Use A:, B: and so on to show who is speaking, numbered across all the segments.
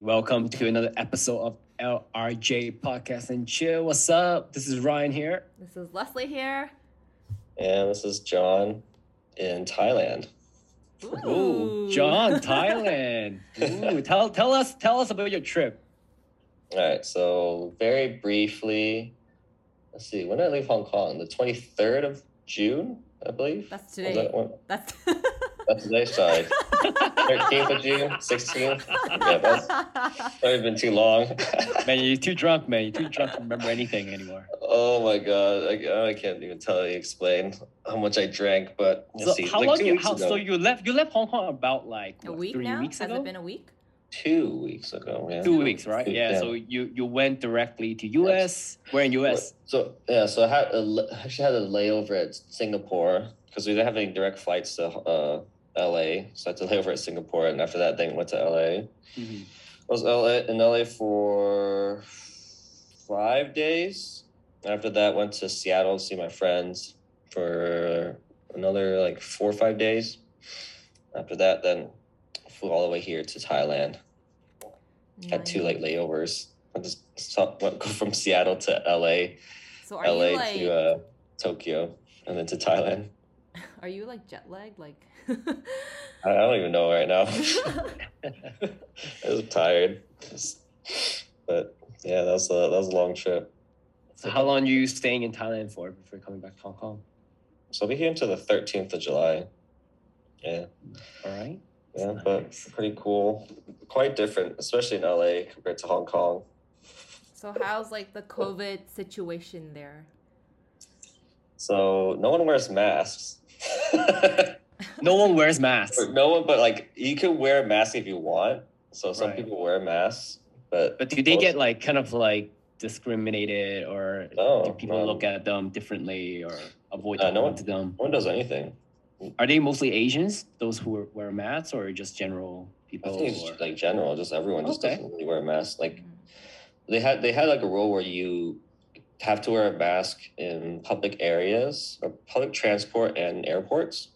A: Welcome to another episode of LRJ Podcast and Chill. What's up? This is Ryan here.
B: This is Leslie here.
C: And this is John in Thailand.
A: Ooh, John, Thailand. Ooh, tell tell us tell us about your trip.
C: All right, so very briefly, let's see, when did I leave Hong Kong? The 23rd of June, I believe.
B: That's
C: Was
B: today.
C: Oh, that one?
B: That's.
C: That's today, sorry. 13th of June, 16th. Yeah, that's already been too long.
A: Man, you're too drunk, man. You're too drunk to remember anything anymore.
C: oh my God, I, I can't even tell you, explain how much I drank, but let's
A: So
C: see.
A: how
C: like
A: long
C: two
A: you
C: weeks
A: how
C: ago,
A: so you left you left Hong Kong about like
B: a
A: what,
B: week
A: three
B: now?
A: weeks
B: Has
A: ago?
B: it been a week?
C: Two weeks ago, yeah.
A: Two weeks, right? Yeah,
C: Yeah.
A: So you you went directly to US. We're in US.
C: So yeah, so I had a, la- actually had a layover at Singapore because we didn't have any direct flights to uh, LA, so I had to lay over at Singapore, and after that, then went to LA.
A: Mhm.
C: I was LA in LA for five days. After that, went to Seattle to see my friends for another like four or five days. After that, then flew all the way here to Thailand. Had two like
B: Nice.
C: layovers. I just stopped, went from Seattle to LA,
B: So are
C: LA
B: you like?
C: to uh, Tokyo, and then to Thailand.
B: Are you like jet lagged? Like.
C: I I don't even know right now.
A: Mm-hmm.
C: I was tired, Just- but yeah, that was a that was a long trip.
A: So how long are you staying in Thailand for before coming back to Hong Kong?
C: So I'll be here until the 13th of July. Yeah,
A: All right.
C: yeah, but it's pretty cool. Quite different, especially in LA compared to Hong Kong.
B: so how's like the COVID situation there?
C: So no one wears masks.
A: No one wears masks.
C: no one, but like you can wear a mask if you want. So some
A: Right.
C: people wear masks, but
A: But do they
C: Most-
A: get like kind of like discriminated or
C: no,
A: do people
C: Oh, no,
A: look at them differently or avoid
C: Uh,
A: talking
C: no one-
A: to them?
C: no one does anything.
A: Are they mostly Asians, those who wear, wear masks, or just general
C: I
A: people?
C: think it's
A: Oh, or-
C: just, like general, just everyone just
A: Okay.
C: doesn't really wear a mask. Like they had they had like a rule where you have to wear a mask in public areas or public transport and airports.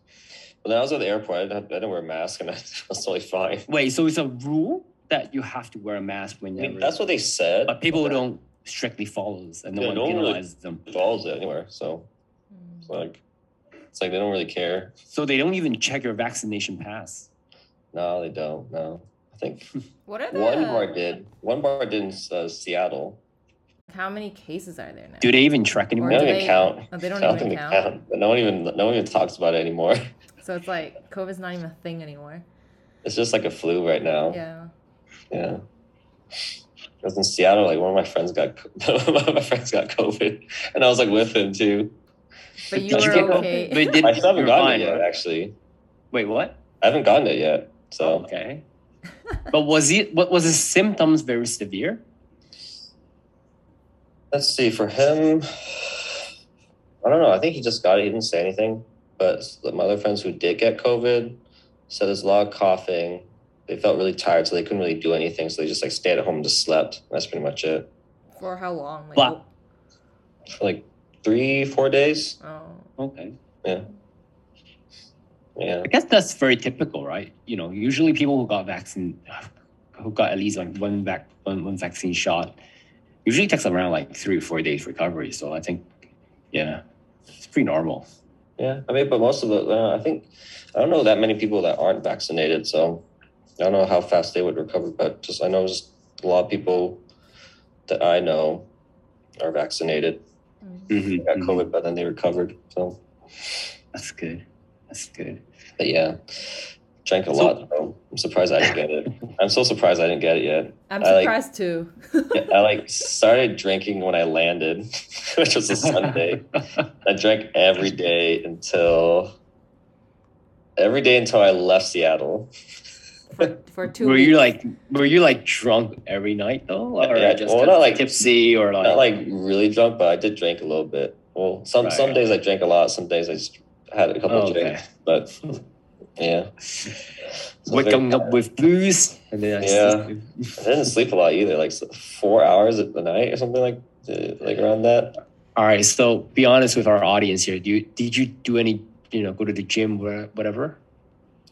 C: When I was at the airport, I didn't, have, I didn't wear a mask and I was totally fine.
A: Wait, so it's a rule that you have to wear a mask
C: I
A: when
C: mean,
A: you're.
C: that's what they said.
A: but people don't strictly follow this and no
C: Yeah,
A: one
C: no one really-
A: penalizes them.
C: It follows it anywhere, so
B: Mm.
C: it's like it's like they don't really care.
A: So they don't even check your vaccination pass.
C: No, they don't. No, I think
B: What are the?
C: one bar did. One bar did in uh, Seattle.
B: How many cases are there now?
A: Do they even track
B: Or
C: They
A: anymore?
B: do
C: don't
B: they-
C: even count.
B: Oh, they don't
C: I don't
B: even
C: think they
B: count.
C: count. But no one even no one even talks about it anymore.
B: So it's like COVID's not even a thing anymore.
C: It's just like a flu right now.
B: Yeah.
C: Yeah. I was in Seattle. Like one of my friends got one of my friends got COVID, and I was like with him too.
B: But you
A: Did you
B: were
A: get-
B: okay.
A: But did,
C: I still haven't
A: you're
C: gotten
A: fine,
C: it yet.
A: right?
C: Actually,
A: Wait, what?
C: I haven't gotten it yet. So
A: Okay. but was it what was his symptoms very severe?
C: let's see. For him, I don't know. I think he just got it. He didn't say anything. But my other friends who did get COVID said there's a lot of coughing. They felt really tired, so they couldn't really do anything. So they just like stayed at home and just slept. That's pretty much it.
B: For how long? Like,
A: But-
C: For like three, four days.
B: oh,
A: Okay.
C: Yeah.
A: I guess that's very typical, right? You know, usually people who got vaccine who got at least like one vac one, one vaccine shot usually takes around like three or four days recovery. So I think yeah, it's pretty normal.
C: Yeah, I mean, but most of the, uh, I think, I don't know that many people that aren't vaccinated, so I don't know how fast they would recover. But just I know just a lot of people that I know are vaccinated,
B: mm.
C: They got
A: Mm-hmm.
C: COVID, but then they recovered. So,
A: That's good. That's good.
C: but yeah, drank a
A: So-
C: lot. So I'm surprised I didn't get it. I'm so surprised I didn't get it yet.
B: I'm
C: I like-
B: surprised too.
C: I like started drinking when I landed, which was a Sunday. I drank every day until every day until I left Seattle.
B: for, for two.
A: were
B: weeks.
A: you like were you like drunk every night though? Or
C: Yeah,
A: just
C: well,
A: kind of
C: not like-
A: tipsy or like,
C: not like really drunk, but I did drink a little bit. Well, some
A: Right.
C: some days I drank a lot. Some days I just had a couple
A: Oh,
C: of
A: okay.
C: drinks, but yeah, So
A: waking up with booze and then I
C: Yeah. I didn't sleep a lot either. Like s- four hours at the night or something like uh, like around that.
A: All right, so be honest with our audience here. Do you, did you do any, you know, go to the gym, wha- whatever?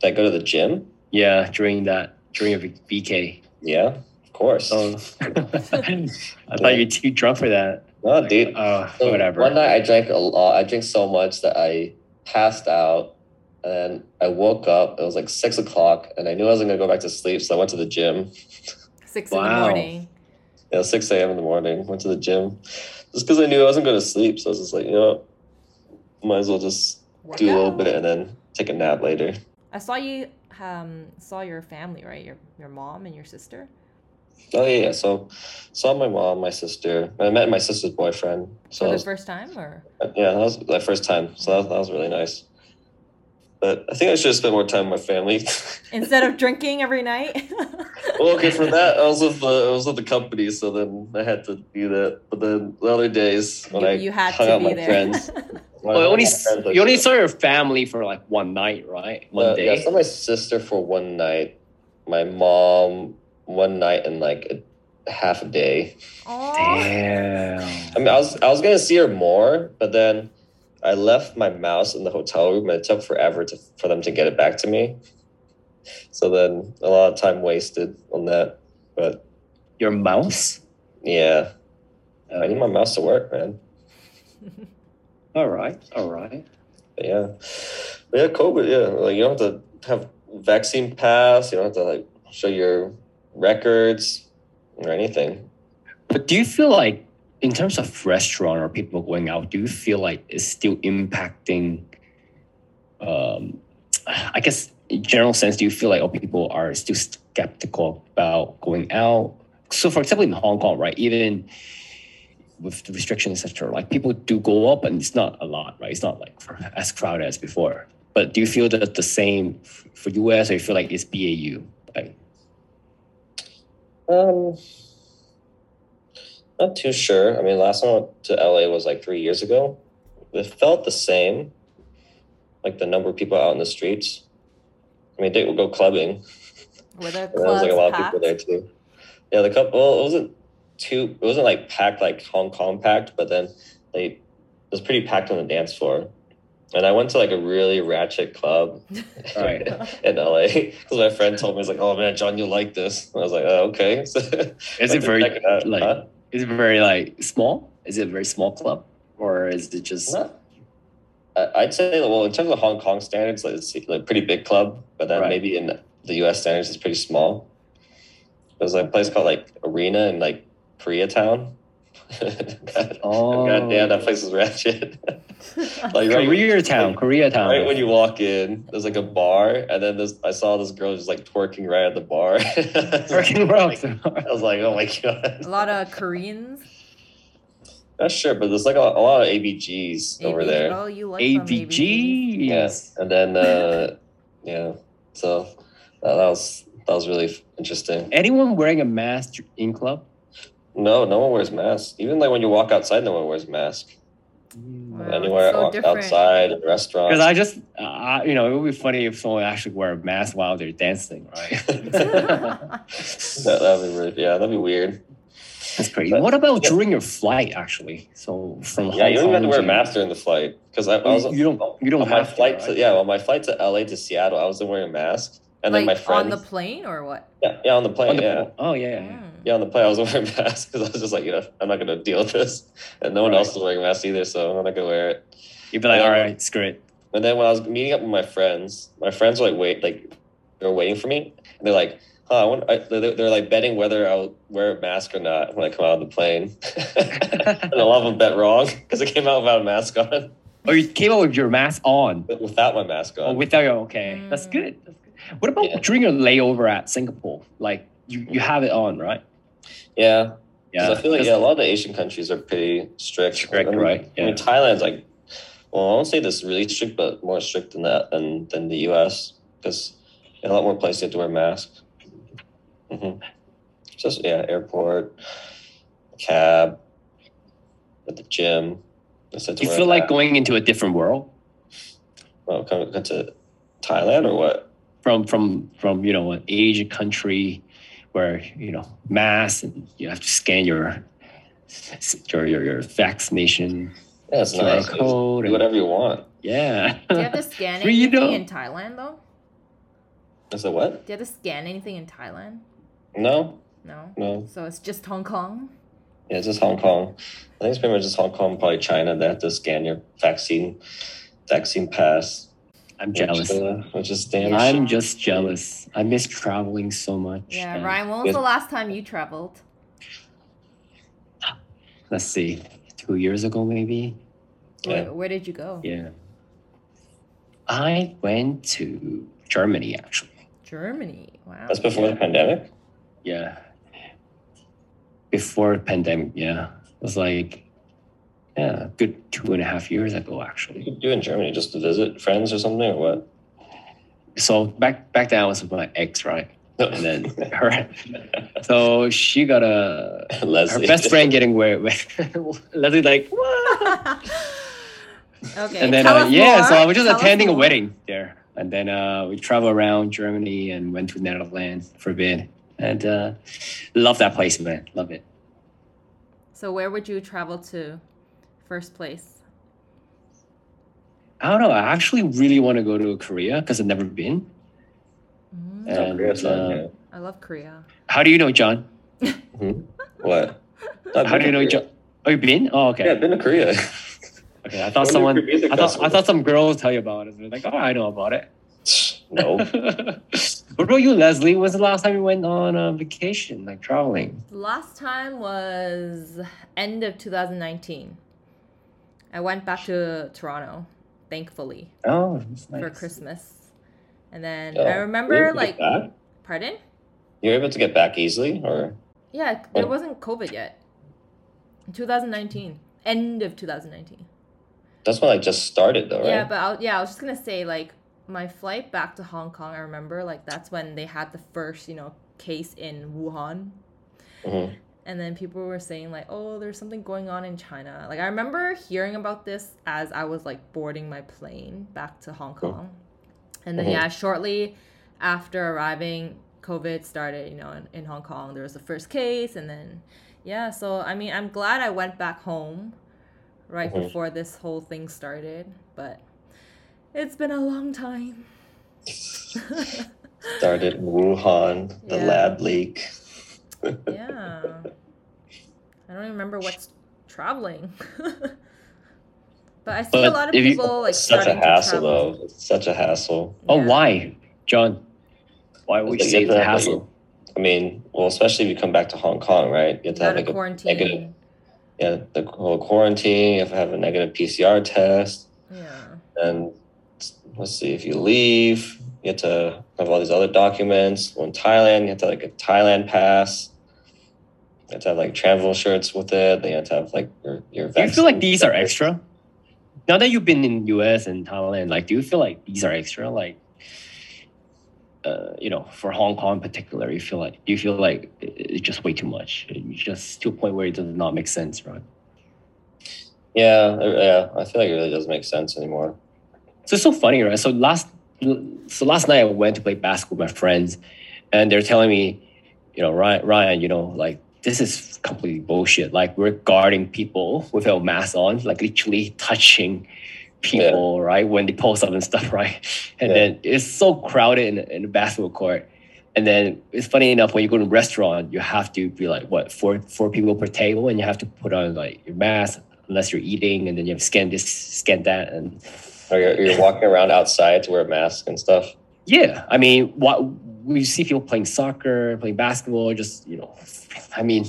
C: Did I go to the gym?
A: Yeah, during that during your V- VK.
C: Yeah, of course.
D: Oh. I thought you were too drunk for that.
C: no,
D: Like,
C: dude.
D: Oh,
A: uh,
C: So
D: whatever.
C: One night I drank a lot. I drank so much that I passed out, and then I woke up. It was like six o'clock, and I knew I wasn't gonna go back to sleep, so I went to the gym.
B: Six in the
D: Wow.
B: morning.
C: It was six a.m. in the morning. Went to the gym, just because I knew I wasn't going to sleep. So I was just like, you know, what? might as well just
B: Work
C: do a little
B: out.
C: bit and then take a nap later.
B: I saw you um saw your family, right? Your your mom and your sister.
C: Oh yeah, yeah. So saw my mom, my sister. I met my sister's boyfriend. So
B: For
C: I
B: the
C: was
B: first time or
C: Yeah, that was my first time, so that was, that was really nice. But I think I should have spent more time with my family.
B: instead of drinking every night?
C: well, okay, for that I was with the I was with the company, so then I had to do that. But then the other days when
B: you,
C: I
B: you had
C: hung
B: to
C: out
B: be
C: with my
B: there.
C: friends,
A: Well, you only
C: friends,
A: you only saw your family for like one night, right? One
C: uh, yeah, I
A: day.
C: saw my sister for one night, my mom one night, and like a half a day.
B: Aw.
A: Damn.
C: I mean, I was I was gonna see her more, but then I left my mouse in the hotel room, and it took forever to, for them to get it back to me. So then a lot of time wasted on that. But
A: Your mouse.
C: yeah, I need
A: Uh,
C: my mouse to work, man.
A: all right. All right.
C: But yeah, but yeah, COVID. Yeah, like you don't have to have vaccine pass. You don't have to like show your records or anything.
A: But do you feel like, in terms of restaurant or people going out, do you feel like it's still impacting? Um, I guess in general sense, do you feel like oh, people are still skeptical about going out? So, for example, in Hong Kong, right, even with the restrictions, etc., like people do go up, and it's not a lot, right? It's not like as crowded as before. But do you feel that the same for US, or you feel like it's BAU? Like,
C: Um, not too sure. I mean, last time I went to LA was like three years ago. It felt the same, like the number of people out in the streets. I mean, they would go clubbing,
B: Whether
C: and there was
B: clubs
C: like a lot
B: packed.
C: of people there too. Yeah, the couple. Well, it wasn't too. It wasn't like packed like Hong Kong packed, but then they it was pretty packed on the dance floor. And I went to like a really ratchet club
A: Right.
C: in LA because my friend told me he's like, "Oh man, John, you like this?" And I was like, "Oh, okay." So,
A: is it very
C: check it out,
A: like? uh,
C: huh?
A: Is it very like small? Is it a very small club, or is it just
C: Not- I- I'd say, well, in terms of Hong Kong standards, like it's like pretty big club, but then
A: Right.
C: maybe in the U.S. standards, it's pretty small. There's like a place called like Arena in like Koreatown. God,
A: oh
C: God damn, that place is ratchet. like right, when-
A: Koreatown, Koreatown?
C: right when you walk in, there's like a bar, and then there's I saw this girl just like twerking right at the bar. I was like-
A: Freaking world.
C: I was like, oh my
B: a
C: god.
B: lot of Koreans.
C: Not sure, but there's like a, a lot of ABGs over
B: ABG.
C: there.
B: Oh, you like some ABGs.
A: ABG.
C: Yeah, and then uh, yeah, so uh, that was that was really interesting.
A: Anyone wearing a mask in club?
C: No, no one wears masks. Even like when you walk outside, no one wears mask.
B: Wow, Oh, it's
C: Anywhere
B: so
C: out-
B: different.
C: outside, in restaurants.
A: Because I just, uh, you know, it would be funny if someone actually wore a mask while they're dancing, right?
C: that that'd be really, yeah, that'd be weird.
A: That's crazy.
C: But-
A: what about during your flight, actually? So from
C: Yeah,
A: Hong
C: you don't even have to
A: Kong
C: wear a mask during the flight because I, I was
A: You don't. You don't
C: on my
A: have to,
C: flight.
A: right?
C: To, yeah, on my flight to LA to Seattle, I wasn't wearing a mask, and
B: like
C: then my
B: on
C: friends.
B: the plane or what?
C: yeah, yeah, on the plane.
A: On the-
C: yeah.
A: Oh yeah. yeah.
B: Mm.
C: Yeah, on the plane, I was wearing a mask because I was just like, you know, I'm not going to deal with this. And no one
A: Right.
C: else was wearing a mask either, so I'm not going to wear it.
A: You'd be like,
C: Yeah.
A: all right, screw it.
C: And then when I was meeting up with my friends, my friends were like, wait, like, they were waiting for me. And they're like, huh, I wonder, I, they're, they're like betting whether I'll wear a mask or not when I come out of the plane. and a lot of them bet wrong because I came out without a mask on,
A: or you came out with your mask on.
C: but without my mask
A: Oh,
C: on.
A: without your okay, that's
B: Mm.
A: good. That's good. What about
C: Yeah.
A: during your layover at Singapore? Like you, you have it on, right?
C: yeah. 'Cause I feel like,
A: Because-
C: yeah, a lot of the Asian countries are pretty strict.
A: Strict,
C: I mean,
A: right,
C: I
A: yeah.
C: mean, Thailand's like, well, I won't say this really strict, but more strict than that than than the U.S. because a lot more places you have to wear masks. hmm Just yeah, airport, cab, at the gym. I said to
A: do you
C: wear a
A: feel like
C: mask.
A: going into a different world
C: well, come, come to Thailand or what?
A: from from from you know an Asian country where you know masks and you have to scan your your your, your vaccination
C: Yeah, it's
A: QR
C: nice. Do
A: code. and-
C: whatever you want.
A: yeah.
B: Do you have to scan anything
A: Freedom.
B: in Thailand though?
C: I said what?
B: Do you have to scan anything in Thailand?
C: No,
B: No.
C: No,
B: So it's just Hong Kong.
C: yeah, it's just Hong Kong. I think it's pretty much just Hong Kong, probably China. They have to scan your vaccine, vaccine pass.
A: I'm
C: which,
A: jealous.
C: uh, Which is damn.
B: I-
A: I'm just jealous. I miss traveling so much.
B: Yeah,
A: and-
B: Ryan. When was the
C: Good.
B: last time you traveled?
A: Let's see, two years ago maybe.
B: Where,
C: Yeah.
B: where did you go?
A: Yeah. I went to Germany actually.
B: Germany. Wow.
C: That's before the pandemic.
A: Yeah. Before pandemic, yeah. It was like yeah, a good two and a half years ago
C: What
A: actually.
C: did you do in Germany just to visit friends or something or what?
A: So back back then I was with my ex, right?
C: No.
A: And then her so she got a her
C: Leslie.
A: best friend getting where Leslie's like, what?
B: okay.
A: and then
B: tell
A: uh,
B: us
A: yeah,
B: more,
A: so I was just
B: tell us
A: attending a
B: more.
A: wedding there, and then uh, we traveled around Germany and went to Netherlands for a bit, and uh, love that place, man, love it.
B: So where would you travel to, first place?
A: I don't know, I actually really want to go to Korea because I've never been.
B: Mm,
A: Uh,
C: Oh, Korea's
A: and,
C: fun,
A: uh,
C: yeah.
B: I love Korea.
A: How do you know, John?
C: What?
A: How do you know, John? Oh, you've been? Oh, okay.
C: Yeah, I've been to Korea.
A: okay. I
C: Go
A: thought
C: to
A: someone,
C: Korea to
A: I thought, I
C: festival.
A: thought some girl will tell you about it. They're like, oh, I know about it.
C: no.
A: what about you, Leslie? When's the last time you went on a vacation, like traveling?
B: Last time was end of 2019. I went back to Toronto, thankfully,
A: Oh, that's nice.
B: for Christmas. And then
C: Oh,
B: I
C: You're
B: remember,
C: able to
B: like,
C: get back?
B: pardon?
C: you're able to get back easily, or
B: Yeah, there
C: Oh.
B: wasn't COVID yet. 2019, end of 2019.
C: that's when I just started, though, right?
B: Yeah, but I'll, yeah, I was just gonna say like my flight back to Hong Kong. I remember like that's when they had the first you know case in Wuhan,
C: Mhm.
B: and then people were saying like, oh, there's something going on in China. Like I remember hearing about this as I was like boarding my plane back to Hong Kong, and then
C: Mhm.
B: yeah, shortly after arriving, COVID started. You know, in, in Hong Kong, there was the first case, and then yeah. So I mean, I'm glad I went back home right
C: Mhm.
B: before this whole thing started, but it's been a long time.
C: Started in Wuhan, the
B: Yeah.
C: lab leak.
B: yeah. I don't even remember what's traveling. but I see a
A: But
B: lot of
A: if you-
B: people like
C: such a
B: starting
C: hassle,
B: to travel.
C: though. It's such a hassle.
A: Oh,
B: Yeah.
A: why, John? Why would you
C: It's like
A: say
C: you
A: it's a
C: have to have, like,
A: hassle?
C: I mean, well, especially if you come back to Hong Kong, right? You have
B: You
C: to have
B: gotta
C: like a
B: quarantine.
C: negative- yeah, the whole quarantine. You have to have a negative PCR test,
B: Yeah.
C: and let's see if you leave, you have to have all these other documents. Well, in Thailand, you have to have, like a Thailand pass. You have to have like travel shirts with it. Then you have to have like your your.
A: Do you feel like
C: vaccine
A: these are
C: card.
A: extra? Now that you've been in US and Thailand, like, do you feel like these are extra? Like, uh, you know, for Hong Kong in particular, you feel like you feel like it- it's just way too much. It's just to a point where it does not make sense, right?
C: Yeah, I- yeah. I feel like it really doesn't make sense anymore.
A: So it's so funny, right? So last so last night I went to play basketball with my friends, and they're telling me, you know, Ryan, Ryan, you know, like this is completely bullshit. Like we're guarding people without masks on, like literally touching people, right? When they post up and stuff, right? And
C: Yeah.
A: then it's so crowded in, in the basketball court. And then it's funny enough when you go to a restaurant, you have to be like what four four people per table, and you have to put on like your mask unless you're eating, and then you have to scan this, scan that, and
C: Or you're, you're walking around outside to wear a mask and stuff.
A: yeah, I mean, what we see people playing soccer, playing basketball, just you know, I mean,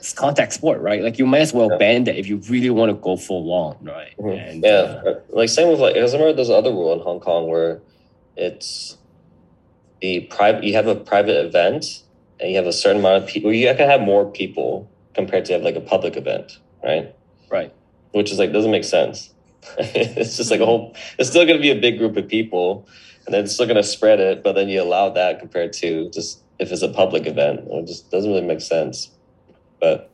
A: it's contact sport, right? Like you might as well
C: Yeah.
A: ban that if you really want to go full long, right?
C: Mhm.
A: And,
C: yeah,
A: uh,
C: like same with like because I remember there's another rule in Hong Kong where it's the private. You have a private event, and you have a certain amount of people. You can have more people compared to have like a public event, right?
A: right.
C: Which is like doesn't make sense. it's just like a whole. It's still going to be a big group of people, and then it's still going to spread it. But then you allow that compared to just if it's a public event, it just doesn't really make sense. But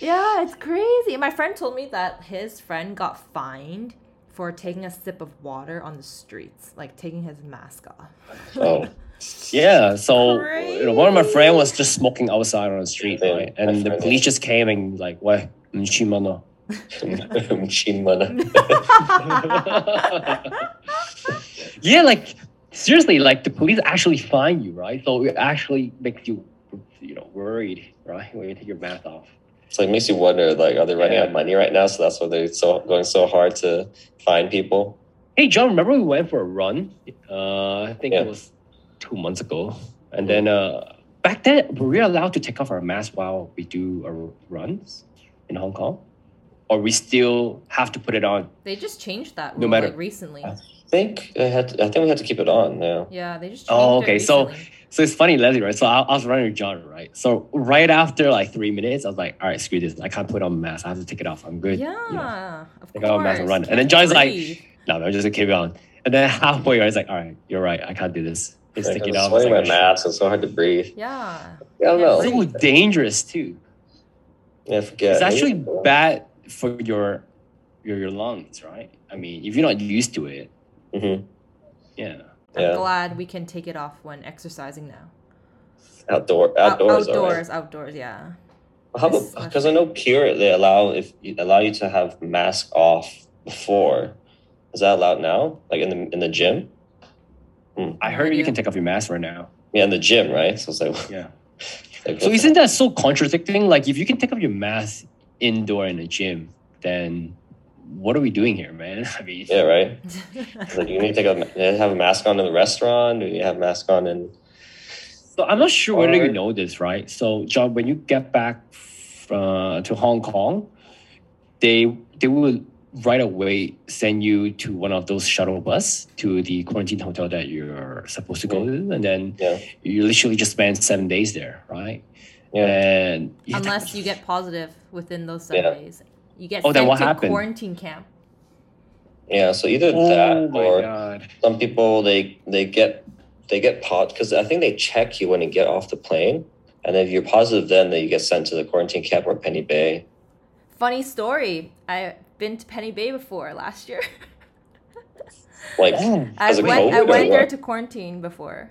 B: Yeah, it's crazy. My friend told me that his friend got fined for taking a sip of water on the streets, like taking his mask off.
C: oh,
A: Yeah. So you know, one of my
B: Crazy.
A: friends was just smoking outside on the street,
C: Yeah,
A: right?
C: my
A: And the
C: friend
A: police
C: is.
A: just came and like, why? Nishimano.
C: machine money.
A: yeah, like seriously, like the police actually find you, right? So it actually makes you you know worried, right? When you take your mask off.
C: So it makes you wonder, like, are they running out
A: Yeah.
C: of money right now? So that's why they're so going so hard to find people.
A: Hey, John, remember we went for a run? Uh, I think
C: Yeah. Mm.
A: it was two months ago. And then uh, back then, were we allowed to take off our mask while we do our runs in Hong Kong? Or we still have to put it on?
B: They just changed that
A: No
B: rule
A: matter-
B: like recently.
C: I think I had. To, I think we had to keep it on. Yeah.
B: Yeah, they just changed
A: Oh,
B: it
A: okay, so-
B: recently.
A: So it's funny, Leslie, right? So I, I was running with John, right? So right after like three minutes, I was like, all right, screw this. I can't put on a mask. I have to take it off. I'm good.
B: yeah,
A: you know.
B: of
A: They
B: course.
A: got a massive run. And then
B: Can't
A: John's like,
B: breathe.
A: No, no, just keep it on. And then halfway, I was like, all right, you're right. I can't do this. It's
C: Like,
A: taking
C: I was
A: off. I was
C: wearing
A: like,
C: my mask. It's so hard to breathe.
B: yeah,
C: Yeah, I don't know.
A: so dangerous too.
C: Yeah, I forget.
A: it's actually
C: Maybe-
A: bad for your your your lungs, right? I mean, if you're not used to it,
C: Mhm.
A: yeah.
B: I'm
C: Yeah.
B: glad we can take it off when exercising now.
C: Outdoor,
B: Out-
C: outdoors,
B: outdoors, outdoors, yeah.
C: How
B: This
C: about because I know Pure they allow if you allow you to have mask off before. Is that allowed now? Like in the in the gym?
A: I heard you
B: Yeah.
A: can take off your mask right now.
C: Yeah, in the gym, right? So it's like,
A: Yeah.
C: like
A: So isn't that so contradicting? Like, if you can take off your mask indoor in a gym, then what are we doing here, man? I mean,
C: yeah, right? It's Like you need to take a you have a mask on in the restaurant, or you have a mask on in
A: So I'm not sure whether
C: Or-
A: you know this, right? So John, when you get back uh, to Hong Kong, they they will right away send you to one of those shuttle bus to the quarantine hotel that you're supposed to go to, and then
C: Mm. Yeah.
A: you literally just spend seven days there, right?
C: yeah.
A: And yeah, that
B: Unless
A: was-
B: you get positive within those seven
C: Yeah.
B: days, you get
A: Oh, then
B: sent
A: what
B: to
A: happened?
B: quarantine camp.
C: Yeah, so either
A: oh
C: that
A: my
C: or
A: god,
C: some people they they get they get pot because I think they check you when you get off the plane. And if you're positive then then you get sent to the quarantine camp or Penny Bay.
B: Funny story. I've been to Penny Bay before last year.
C: Like
A: oh,
B: I
C: As a
B: went, I
C: COVID or
B: went there
C: what?
B: to quarantine before.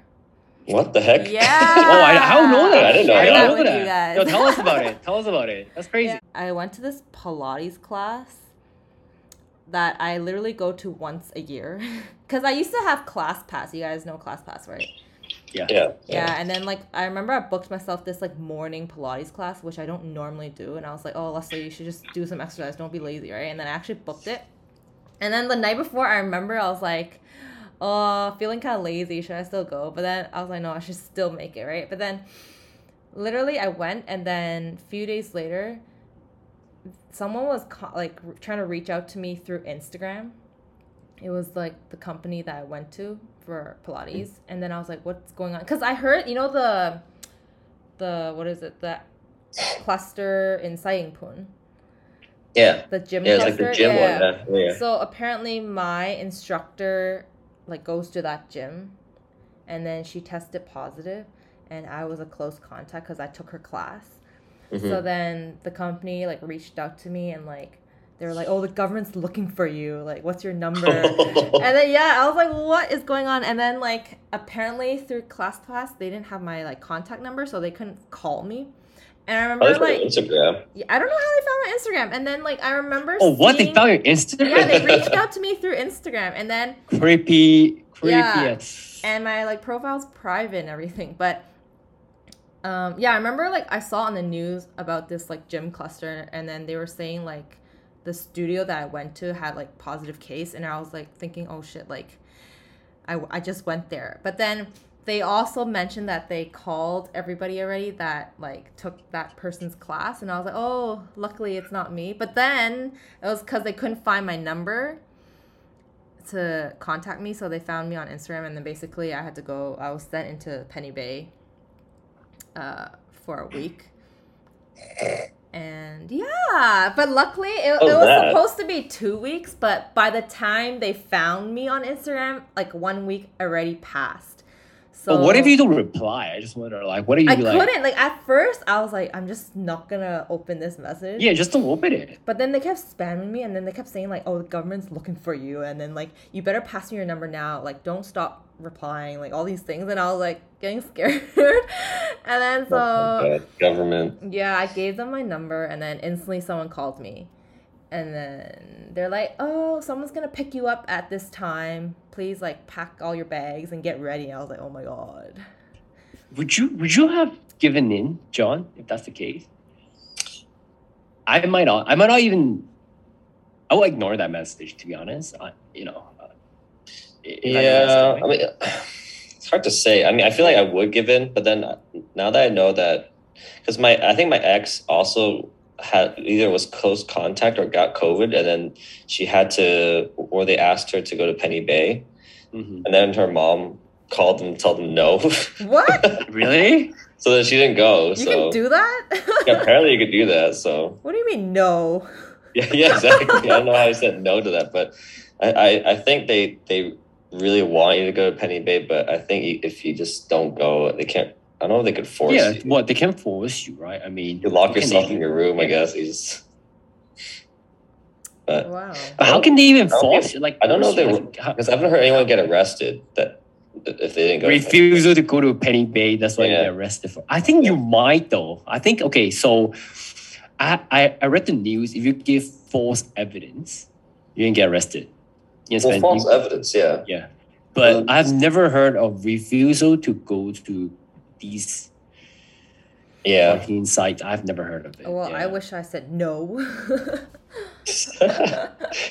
C: what the heck?
B: Yeah.
A: Oh, I, I don't know that.
C: I didn't know
A: I
B: Share
A: don't
C: that.
A: know
B: with
A: that.
B: you guys.
A: Yo, tell us about it. Tell us about it. That's crazy.
B: Yeah. I went to this Pilates class that I literally go to once a year because I used to have Class Pass. You guys know Class Pass, right?
C: yeah.
B: Yeah. and then like I remember I booked myself this like morning Pilates class, which I don't normally do, and I was like, oh Leslie, you should just do some exercise. Don't be lazy, right? And then I actually booked it, and then the night before I remember I was like, oh, feeling kind of lazy. Should I still go? But then I was like, no, I should still make it, right? But then literally I went, and then a few days later, someone was co- like r- trying to reach out to me through Instagram. It was like the company that I went to for Pilates,
C: Mm.
B: and then I was like, "What's going on?" Because I heard, you know, the the what is it that cluster in Sayingpun,
C: Yeah.
B: the gym
C: Yeah, it's like
B: cluster,
C: the gym one. Yeah. yeah.
B: so apparently my instructor like goes to that gym and then she tested positive and I was a close contact cuz I took her class.
C: Mm-hmm.
B: So then the company like reached out to me and like they were like, "Oh, the government's looking for you. Like, what's your number?" and then yeah, I was like, what is going on? And then like apparently through class class they didn't have my like contact number, so they couldn't call me. And
A: Oh,
B: I
C: I
B: remember
C: was on
B: like
C: Instagram.
B: yeah, I don't know how they found my Instagram. And then like I remember
A: Oh, what they
B: seeing-
A: found your Instagram?
B: Yeah, they reached out to me through Instagram and then
A: creepy, creepy
B: Yeah.
A: as
B: and my like profile's private and everything, but um yeah, I remember like I saw on the news about this like gym cluster and then they were saying like the studio that I went to had like positive case and I was like thinking, "Oh shit, like I, I just went there. But then they also mentioned that they called everybody already that like took that person's class, and I was like, oh, luckily it's not me. But then it was because they couldn't find my number to contact me, so they found me on Instagram, and then basically I had to go. I was sent into Penny Bay uh, for a week. And yeah, but luckily it,
C: Oh,
B: it was
C: that.
B: supposed to be two weeks, but by the time they found me on Instagram, like one week already passed. So
A: But what if you don't reply? I just wonder, like, what are you
B: I
A: like?
B: couldn't like at first I was like I'm just not gonna open this message.
A: Yeah, just don't open it.
B: But then they kept spamming me, and then they kept saying like, "Oh, the government's looking for you," and then like, "You better pass me your number now." Like, don't stop replying. Like all these things, and I was like getting scared. and
C: Oh
B: then so
C: Okay, government.
B: yeah, I gave them my number, and then instantly someone called me. And then they're like, oh, someone's gonna pick you up at this time. Please, like, pack all your bags and get ready. I was like, oh my god.
A: Would you? Would you have given in, John, if that's the case, I might not. I might not even. I will ignore that message. To be honest, I, you know. uh, if I know that's
C: Yeah, I
A: coming.
C: mean, it's hard to say. I mean, I feel like I would give in, but then now that I know that, because my I think my ex also had either was close contact or got COVID, and then she had to, or they asked her to go to Penny Bay,
A: Mhm.
C: and then her mom called them, told them no,
B: What?
A: Mm-hmm. Really?
C: so then she didn't go.
B: You
C: so
B: can do that?
C: yeah, apparently you could do that. So
B: what do you mean no?
C: yeah, yeah, exactly. I don't know how I said no to that, but I, I, I think they they really want you to go to Penny Bay, but I think you, if you just don't go, they can't. I don't know if they could force
A: yeah.
C: you.
A: What they can force you, right? I mean,
C: You lock
A: can
C: yourself
A: even-
C: in your room, I guess. You just, but
B: Wow.
A: But how can they even
C: I don't
A: force you? Like
C: I don't know if they
A: like, how-
C: because I haven't heard anyone get arrested that if they didn't go. to Penny
A: refusal to go to Penny Bay. That's why you
C: Yeah.
A: get arrested for. I think you might though. I think okay. So, I, I I read the news. If you give false evidence, you can get arrested. You can
C: Bay. well,
A: spend-
C: false
A: you-
C: evidence. Yeah,
A: yeah, but
C: Um,
A: I've never heard of refusal to go to these
C: yeah.
A: fucking sites. I've never heard of it.
B: Well, I
A: yeah.
B: wish I said no.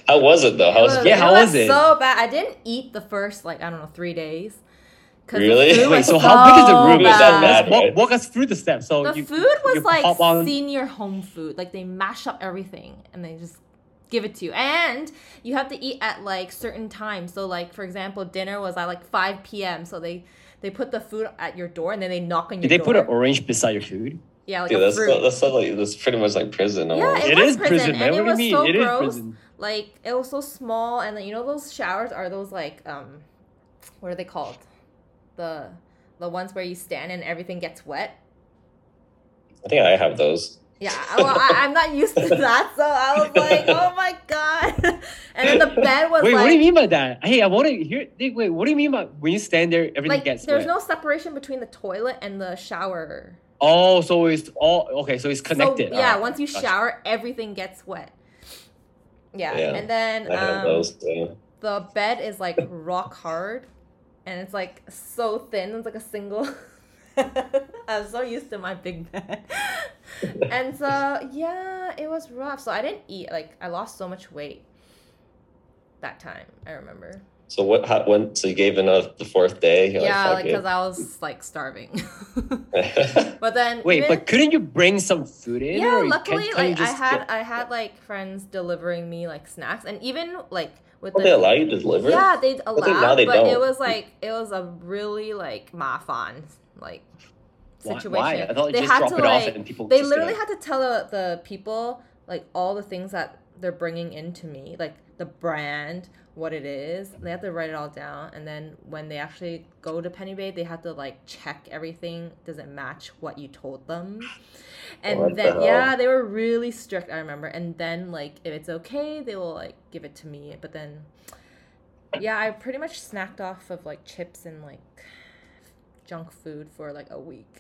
C: how was it though? How was
B: was-
C: it?
A: Yeah, how was it?
B: So bad. I didn't eat the first like I don't know three days. 'Cause the
C: Really?
B: food
C: Wait,
A: Wait,
B: was
A: so how big is the room?
C: It was that
B: bad.
C: bad,
A: walk,
C: right?
A: walk us through the steps. So
B: The
A: you,
B: food was
A: you
B: like
A: pop on-
B: senior home food. Like they mash up everything and they just give it to you. And you have to eat at like certain times. So like for example, dinner was at like five p.m. So they they put the food at your door and then they knock on your
A: Did they
B: door.
A: put an orange beside your food?
B: yeah, like
C: Dude,
B: a
C: that's
B: fruit.
C: so, that's so like that's pretty much like prison. almost.
B: It
A: It
B: was
A: is
B: prison,
A: prison, man.
B: and
A: What
B: it
A: do you
B: was
A: mean?
B: so
A: It is
B: gross.
A: prison.
B: like it was so small and then you know those showers are those like um what are they called the the ones where you stand and everything gets wet
C: I think I have those.
B: yeah I- well I, i'm not used to that so i was like oh my god and then the bed was
A: Wait,
B: like
A: what do you mean by that? Hey, I want to hear. Wait, what do you mean by when you stand there, everything
B: like
A: gets
B: there's
A: wet?
B: no separation between the toilet and the shower
A: oh, so it's all okay. So it's connected.
B: so, yeah
A: Alright,
B: once you
A: gotcha.
B: shower everything gets wet yeah,
C: Yeah,
B: and then
C: I have
B: um,
C: those. Yeah.
B: the bed is like rock hard and it's like so thin it's like a single i'm so used to my big bed and so yeah it was rough so i didn't eat like i lost so much weight that time i remember
C: So what? How, when? So you gave in on the fourth day? You're
B: yeah like
C: like,
B: because
C: "Fuck
B: i was like starving
C: it."
B: but then
A: Wait,
B: even-
A: but couldn't you bring some food in?
B: yeah
A: or you
B: luckily
A: can't- can't you
B: like i
A: just
B: had
A: get-
B: i had like friends delivering me like snacks and even like with
C: Don't
B: the
C: they allow you to deliver?
B: Yeah, they
C: think now
B: allowed,
C: they
B: but it
C: don't.
B: was like it was a really like mafan like
A: Why-
B: situation.
A: Why? I thought you
B: they
A: just
B: had
A: drop
B: to
A: it
B: like
A: off and people.
B: they
A: just
B: literally
A: gonna-
B: had to tell the, the people like all the things that they're bringing into me, like the brand, what it is. They had to write it all down, and then when they actually go to Penny Bay, they had to like check everything. Does it match what you told them? And
C: What the
B: then
C: hell?
B: yeah, they were really strict. I remember. And then like if it's okay, they will like give it to me. But then yeah, I pretty much snacked off of like chips and like junk food for like a week.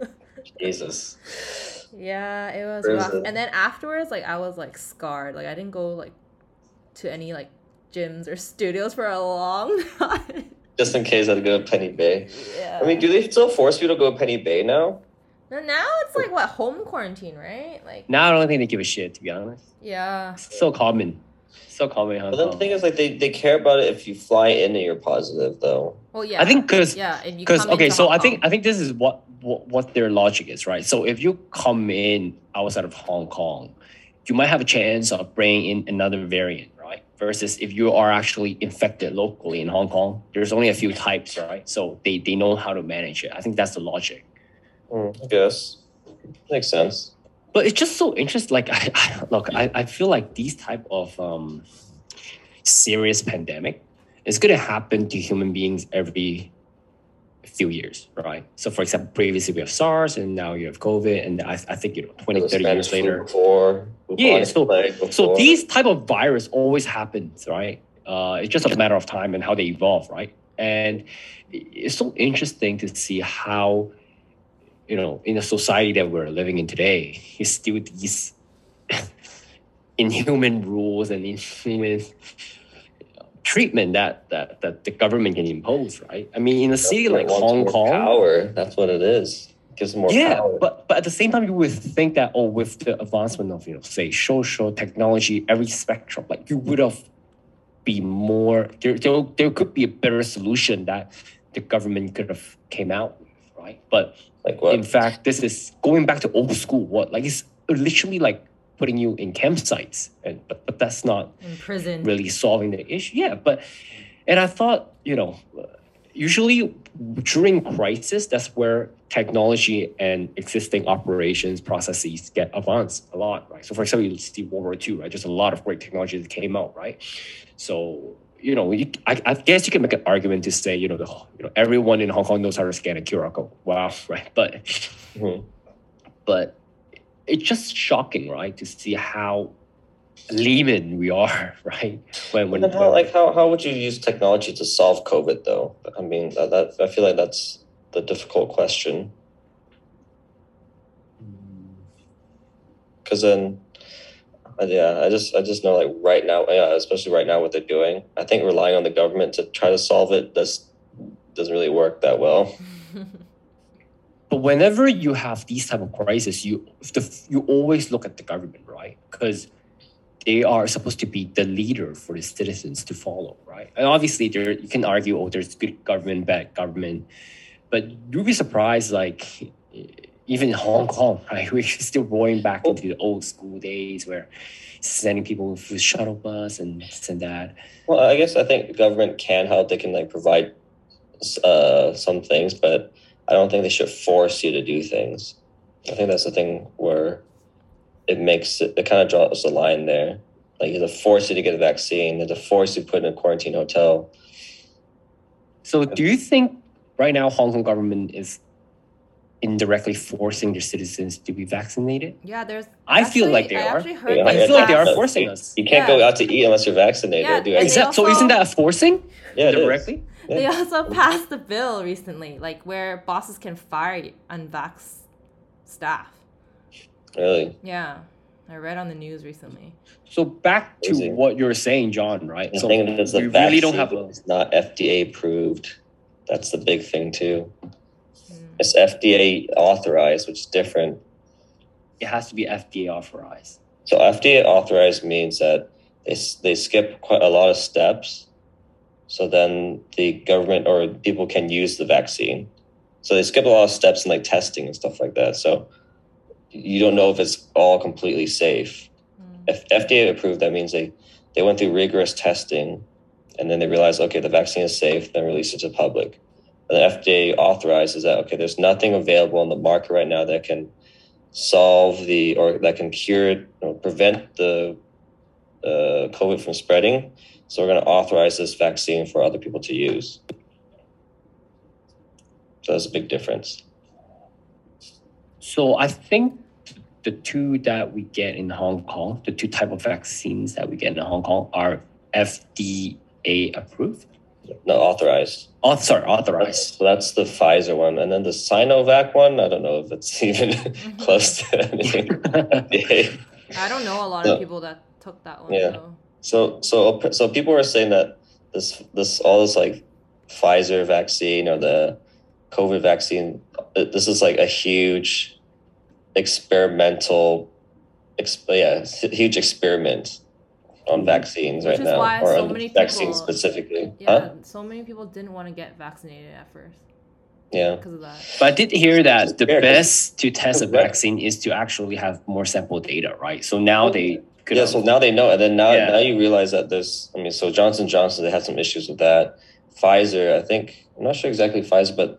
C: Jesus.
B: Yeah, it was
C: Whereas
B: rough.
C: the-
B: And then afterwards, like I was like scarred. Like I didn't go like to any like gyms or studios for a long time.
C: Just in case I'd go to Penny Bay.
B: yeah.
C: I mean, do they still force you to go to Penny Bay now?
B: And now it's like what home quarantine, right? Like
A: Now I don't think they give a shit. To be honest,
B: yeah.
A: It's so common, so common. Oh. in Hong
C: But then the
A: Kong.
C: thing is, like, they, they care about it if you fly in and you're positive, though.
B: Well, yeah.
A: I think because
B: yeah. If you
A: because
B: come
A: okay
B: into
A: so
B: Hong
A: i think
B: Kong.
A: i think this is what, what what their logic is right so if you come in outside of hong kong you might have a chance of bringing in another variant right versus if you are actually infected locally in hong kong there's only a few types right so they they know how to manage it i think that's the logic Hmm.
C: Mm, I guess. Makes sense.
A: but it's just so interesting like i, I don't- look I, I feel like these type of um serious pandemic is going to happen to human beings every few years right so for example previously we have sars and now you have covid and i, I think you know 20
C: There was
A: 30
C: Spanish
A: years
C: flu
A: later
C: Before,
A: Yeah, so-
C: plague
A: so
C: before.
A: these type of virus always happens right uh, it's just a matter of time and how they evolve right and it's so interesting to see how you know in the society that we're living in today is still these inhuman rules and inhuman treatment that, that that the government can impose right i mean in a city
C: They
A: like
C: want
A: hong
C: more
A: kong
C: Power. That's what it is. gives them more
A: yeah,
C: power.
A: but but at the same time, you would think that oh, with the advancement of you know, say social technology, every spectrum, like you would have be more there. There, there could be a better solution that the government could have came out with, right? But
C: like what?
A: in fact, this is going back to old school. What like it's literally like putting you in campsites, and but but that's not
B: in prison.
A: really solving the issue. Yeah, but and I thought you know, usually during crisis, that's where technology and existing operations processes get advanced a lot, right? So for example, you see World War II, right? Just a lot of great technology that came out, right? So you know, you, I, I guess you can make an argument to say you know the you know everyone in Hong Kong knows how to scan a QR code. Wow, right? But
C: Mhm.
A: but it's just shocking, right, to see how Lehman we are, right? When when
C: And how,
A: when-
C: like how, how would you use technology to solve COVID though? I mean, that, that I feel like that's the difficult question because then, uh, yeah, I just I just know like right now, yeah, especially right now what they're doing. I think relying on the government to try to solve it does doesn't really work that well.
A: but whenever you have these type of crises, you the, you always look at the government, right? Because they are supposed to be the leader for the citizens to follow, right? And obviously, there you can argue, oh, there's good government, bad government, but you'd be surprised, like even in Hong Kong, right? We're still going back into the old school days where sending people with shuttle bus and this and that.
C: Well, I guess I think government can help. They can like provide uh, some things, but I don't think they should force you to do things. I think that's the thing where it makes it, it kind of draws the line there. Like either force you to get a vaccine, either force you to put in a quarantine hotel.
A: So do you think right now Hong Kong government is indirectly forcing their citizens to be vaccinated?
B: yeah, there's.
A: I feel like they
B: I
A: are.
B: actually heard
C: Yeah,
A: I
B: this
A: feel like they
B: last-
A: are
C: That's-
A: forcing us.
C: You can't go
B: Yeah.
C: out to eat unless you're vaccinated.
B: Yeah,
C: or do
B: and
C: anything.
B: they-
A: Exact, so
B: also-
A: isn't that a forcing
C: yeah, it is.
A: directly?
C: Yeah.
B: They also passed the bill recently, like where bosses can fire unvax staff.
C: Really,
B: Yeah, I read on the news recently.
A: So back to
C: Amazing.
A: what you're saying, John, right?
C: the
A: So
C: thing is the
A: we really don't have
C: vaccine
A: a
C: is not FDA approved. That's the big thing too.
B: Mm.
C: It's FDA authorized, which is different.
A: it has to be FDA authorized.
C: So FDA authorized means that they s- they skip quite a lot of steps, so then the government or people can use the vaccine. So they skip a lot of steps in like testing and stuff like that. So you don't know if it's all completely safe.
B: Mm.
C: If FDA approved, that means they they went through rigorous testing, and then they realized okay the vaccine is safe, then release it to the public. And the FDA authorizes that okay there's nothing available on the market right now that can solve the or that can cure or prevent the uh, COVID from spreading. So we're going to authorize this vaccine for other people to use. So that's a big difference.
A: So I think the two that we get in Hong Kong, the two type of vaccines that we get in Hong Kong are FDA approved.
C: Not authorized.
A: Oh, sorry, authorized.
C: That's, so that's the Pfizer one, and then the Sinovac one. I don't know if it's even close to anything. FDA.
B: Mm-hmm. I don't know a lot of
C: No.
B: people that took that one.
C: Yeah.
B: though.
C: So so so people were saying that this this all this like Pfizer vaccine or the COVID vaccine th- this is like a huge experimental exp- yeah it's a huge experiment on vaccines
B: Which
C: right
B: is
C: now
B: why
C: or
B: so
C: on
B: many
C: vaccines
B: people-
C: specifically
B: Yeah,
C: yeah.
B: so many people didn't want to get vaccinated at first
C: yeah
B: because of that.
A: But I did hear that the
C: Yeah, 'cause-
A: best to test a
C: Correct.
A: vaccine is to actually have more sample data, right? So now they could
C: yeah so now they know and then now
A: Yeah.
C: now you realize that there's I mean so Johnson Johnson they had some issues with that Pfizer I think I'm not sure exactly Pfizer but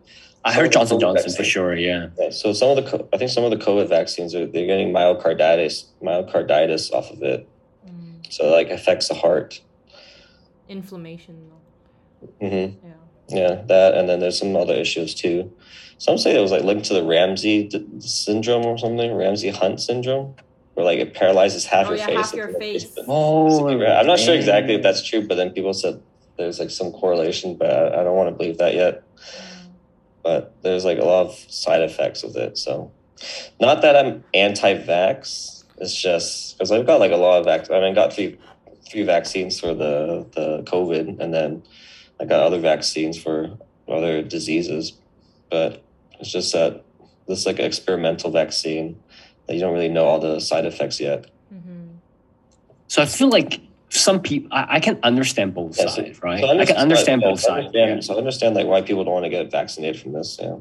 A: I heard Johnson Johnson for
C: Vaccine.
A: sure. Yeah,
C: Yeah, so some of the co- I think some of the COVID vaccines are they're getting myocarditis myocarditis off of it,
B: Mm.
C: so like affects the heart.
B: Inflammation, though.
C: hmm
B: Yeah.
C: Yeah, that and then there's some other issues too. Some say it was like linked to the Ramsey d- syndrome or something, Ramsey Hunt syndrome, where like it paralyzes half
B: Oh,
C: your
B: yeah,
C: face.
B: half your
C: It's- it's-
B: face.
C: it's-
A: Oh,
C: I'm not sure
A: man.
C: exactly if that's true, but then people said there's like some correlation, but I, I don't want to believe that yet.
B: Mm.
C: but there's like a lot of side effects with it. So, not that I'm anti-vax. It's just because I've got like a lot of vac. I mean, I got three, three vaccines for the the COVID, and then I got other vaccines for other diseases. But it's just that This is like an experimental vaccine that you don't really know all the side effects yet.
B: Mm-hmm.
A: So I feel like some people, I, I can understand both
C: Yeah, so-
A: sides, right?
C: So
A: I can understand
C: yeah,
A: both
C: so
A: sides.
C: understand-
A: yeah.
C: So I understand like why people don't want to get vaccinated from this. Yeah.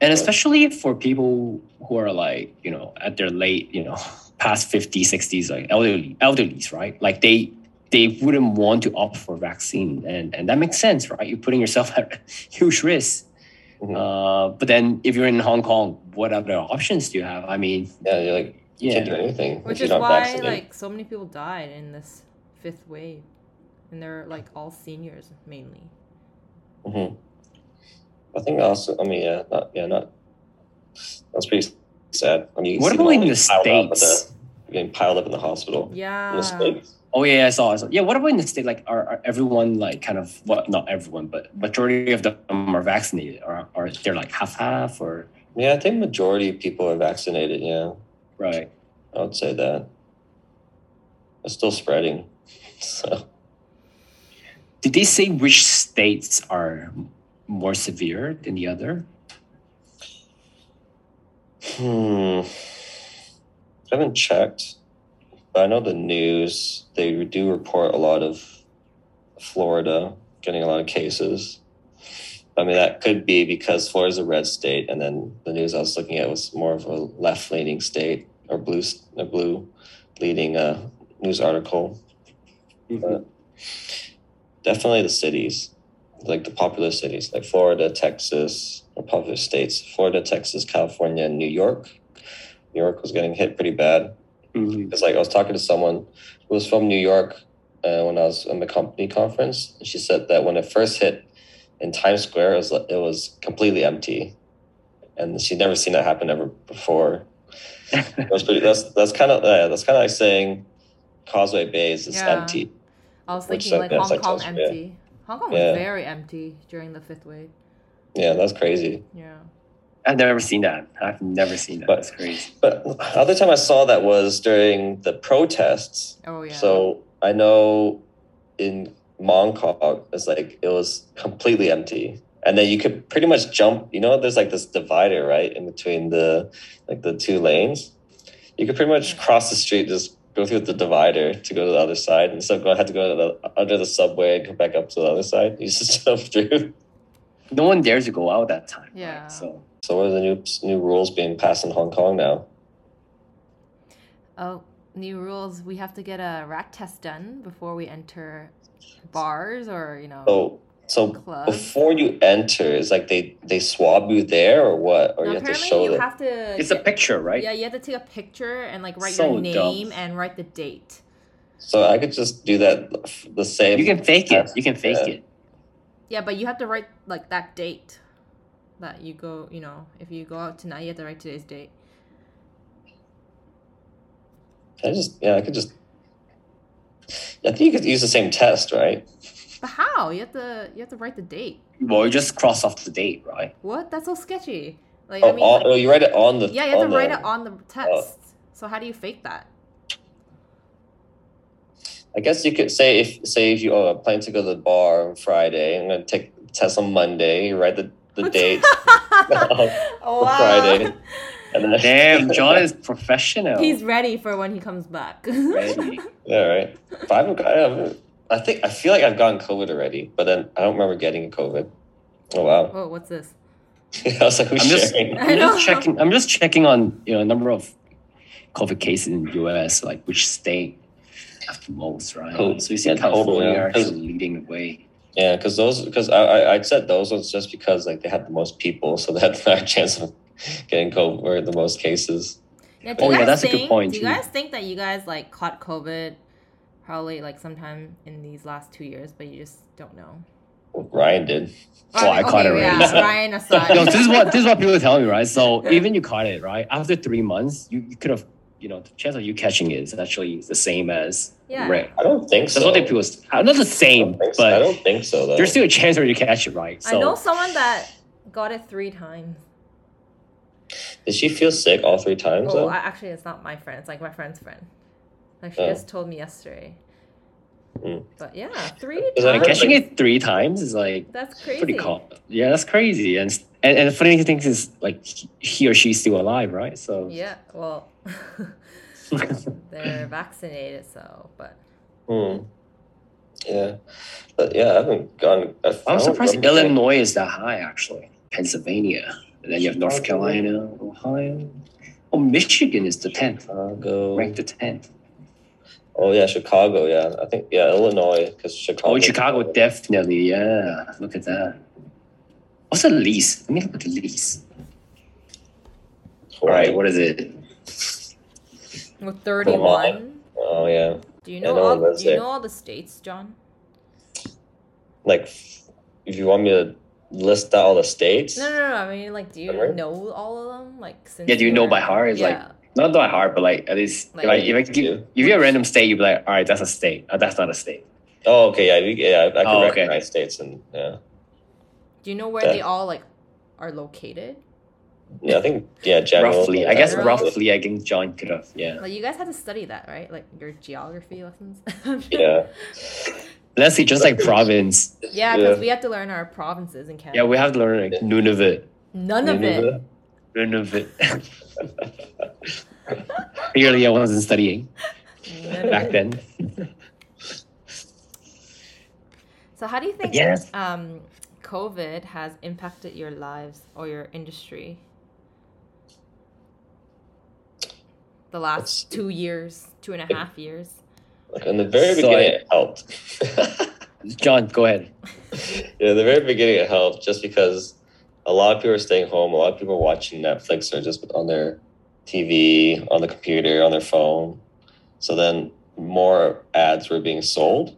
A: And especially for people who are like, you know, at their late, you know, past 50, 60s, like elderly, elderlies, right? Like they, they wouldn't want to opt for vaccine. And, and that makes sense, right? You're putting yourself at huge risk.
C: Mhm.
A: Uh, but then if you're in Hong Kong, what other options do you have? I mean,
C: Yeah, you're like you can't do
A: yeah.
C: anything if
B: Which
C: you're
B: is
C: not
B: why
C: vaccinated.
B: like so many people died in this fifth wave, and they're like all seniors mainly.
C: Mhm. I think also, I mean, yeah, not, yeah, not. That's pretty sad. I mean, you can
A: What
C: see
A: about in the
C: them all piled up at
A: States?
C: the- getting piled up in the hospital.
B: Yeah.
C: In the states,
A: Oh yeah, I saw, I saw. Yeah, what about in the state? Like, are, are everyone like kind of what? Not everyone, but majority of them are vaccinated, or are they're like half half, or
C: yeah, I think majority of people are vaccinated. Yeah,
A: right?
C: I would say that. It's still spreading, so
A: Did they say which states are more severe than the other?
C: hmm. I haven't checked, but I know the news. They do report a lot of Florida getting a lot of cases. I mean, that could be because Florida's a red state, and then the news I was looking at was more of a left leaning state or blue, a blue leading uh, news article. But definitely the cities, like the popular cities, like Florida, Texas, or popular states. Florida, Texas, California, and New York. New York was getting hit pretty bad.
A: Mhm.
C: It's like I was talking to someone who was from New York uh, when I was in the company conference, and she said that when it first hit in Times Square, it was it was completely empty, and she'd never seen that happen ever before. that's pretty. That's that's kind of uh, that's kind of like saying Causeway Bay is just
B: Yeah.
C: empty.
B: I was
C: Which
B: thinking like Hong
C: sucked, that's like
B: Kong
C: South Korea.
B: empty. Hong Kong was
C: Yeah.
B: very empty during the fifth wave.
C: Yeah, that's crazy.
B: Yeah.
A: I've never seen that. I've never seen that.
C: But-
A: That's crazy.
C: But the other time I saw that was during the protests.
B: Oh yeah.
C: So I know in Mongkok, it's like it was completely empty. And then you could pretty much jump, you know, there's like this divider, right? In between the like the two lanes. You could pretty much cross the street, just go through the divider to go to the other side. Instead of going had to go to the, under the subway and come back up to the other side. You just jump through.
A: No one dares to go out that time. right?
B: Yeah.
A: So
C: So what are the new new rules being passed in Hong Kong now?
B: oh, new rules. We have to get a rat test done before we enter bars or you know
C: So so
B: clubs.
C: before you enter, it's like they they swab you there or what? Or
B: No,
C: you have to
B: apparently
C: show
B: you
C: them.
B: have to
A: it's a
B: get-
A: picture, right?
B: Yeah, you have to take a picture and like write
A: So
B: your
A: dumb.
B: name and write the date.
C: So I could just do that f- the same.
A: You can fake it. You can fake
C: Yeah.
A: it.
B: Yeah, but you have to write like that date that you go, you know, if you go out tonight, you have to write today's date.
C: I just yeah, I could just. I think you could use the same test, right?
B: But how? You have to you have to write the date.
A: Well, you just cross off the date, right?
B: What? That's so sketchy. Like I
C: Oh,
B: mean,
C: all-
B: like-
C: oh, you write it on the.
B: yeah, you have to
C: on
B: write
C: the- uh,
B: it on the test. So how do you fake that?
C: I guess you could say if say if you oh, I plan to go to the bar on Friday, I'm gonna take the test on Monday. You write the the date,
B: wow.
C: Friday. and then
A: Damn, John is professional.
B: He's ready for when he comes back.
A: ready.
C: yeah, right. But I've got. I've- I think I feel like I've gotten COVID already, but then I don't remember getting COVID. Oh wow!
B: oh, what's this?
C: I was like, who's
A: I'm just,
C: sharing?
B: I
A: I'm just
B: know.
A: checking. I'm just checking on you know number of COVID cases in the U.S. Like which state have the most, right?
C: Oh,
A: so you see
C: yeah, total,
A: California
C: yeah.
A: actually leading the way.
C: Yeah, because those because I, I I said those ones just because like they had the most people, so they had the higher chance of getting COVID or the most cases.
B: Now, do
A: Oh,
B: you
A: yeah,
B: guys
A: that's a good
B: think-
A: point,
B: Do you
A: too.
B: guys think that you guys like caught COVID probably like sometime in these last two years, but you just don't know?
C: Well, Ryan did.
A: Oh, I caught it
B: Yeah,
A: already, so-
B: Ryan aside.
A: No, this is what this is what people tell me, right? So even you caught it, right? After three months, you, you could have, you know, the chance of you catching it is actually the same as
B: Yeah.
A: rare.
C: I don't think
A: That's
C: so.
A: what they people. Not the
C: I
A: same,
C: don't think so. I
A: but
C: don't think so though.
A: there's still a chance where you catch it, right?
B: I know
A: So
B: someone that got it three times.
C: Did she feel sick all three times?
B: Oh,
C: though?
B: I, actually, it's not my friend. It's like my friend's friend. Like she
C: Oh.
B: just told me yesterday.
A: Hmm.
C: Mm.
B: But yeah, three
C: Is that a
B: times.
A: catching it three times is like
B: That's crazy.
A: pretty cool. Yeah, that's crazy, and and, and the funny thing is, like he or she's still alive, right? So
B: Yeah, well, they're vaccinated, so, but
C: Hmm. Yeah. But yeah, I haven't gone. I
A: I'm
C: don't
A: surprised
C: remember-
A: Illinois is that high, actually. Pennsylvania, and then you have North
C: Chicago.
A: Carolina, Ohio. Oh, Michigan is the tenth,
C: Chicago.
A: ranked the tenth.
C: Oh yeah, Chicago. Yeah, I think yeah, Illinois because Chicago.
A: Oh, Chicago, definitely. Yeah, look at that. What's the least? Let me look at the least. All right, what is it?
B: we're 31.
C: Oh yeah,
B: Do you
C: Yeah,
B: know
C: no one
B: all,
C: lives
B: do you
C: there.
B: know all the states, John?
C: like if you want me to list out all the states.
B: No, no, no. I mean, like, do you
C: Alright.
B: know all of them? Like, since
A: Yeah, do you know
B: you're-
A: by heart? It's like-
B: yeah.
A: Not that hard, but like at least
B: Like-
A: like, if I give, if you have a random state, you'd be like, all right, that's a state. Oh, that's not a state.
C: Oh okay, yeah, you, yeah, I, I can
A: Oh, okay.
C: recognize states and yeah,
B: do you know where
C: Yeah.
B: they all like are located?
C: yeah. I think yeah, general.
A: roughly, I guess
B: General.
A: roughly, I think John could have. Yeah,
B: Like, you guys had to study that, right? Like your geography lessons. I'm sure-
C: Yeah.
A: let's see, just like province.
B: Yeah, because we had to learn our provinces in Canada.
A: Yeah, we have to learn like Nunavut.
B: None of it.
A: Nunavut. Clearly, I wasn't studying
B: None of
A: back
B: it.
A: then.
B: So, how do you think
A: Yes.
B: um, COVID has impacted your lives or your industry? The
C: Let's-
B: last two years, two and a half years.
C: Like, in the very
A: So
C: beginning,
A: I-
C: it helped.
A: John, go ahead.
C: yeah, in the very beginning, it helped just because a lot of people are staying home. A lot of people are watching Netflix or just on their TV, on the computer, on their phone. So then more ads were being sold.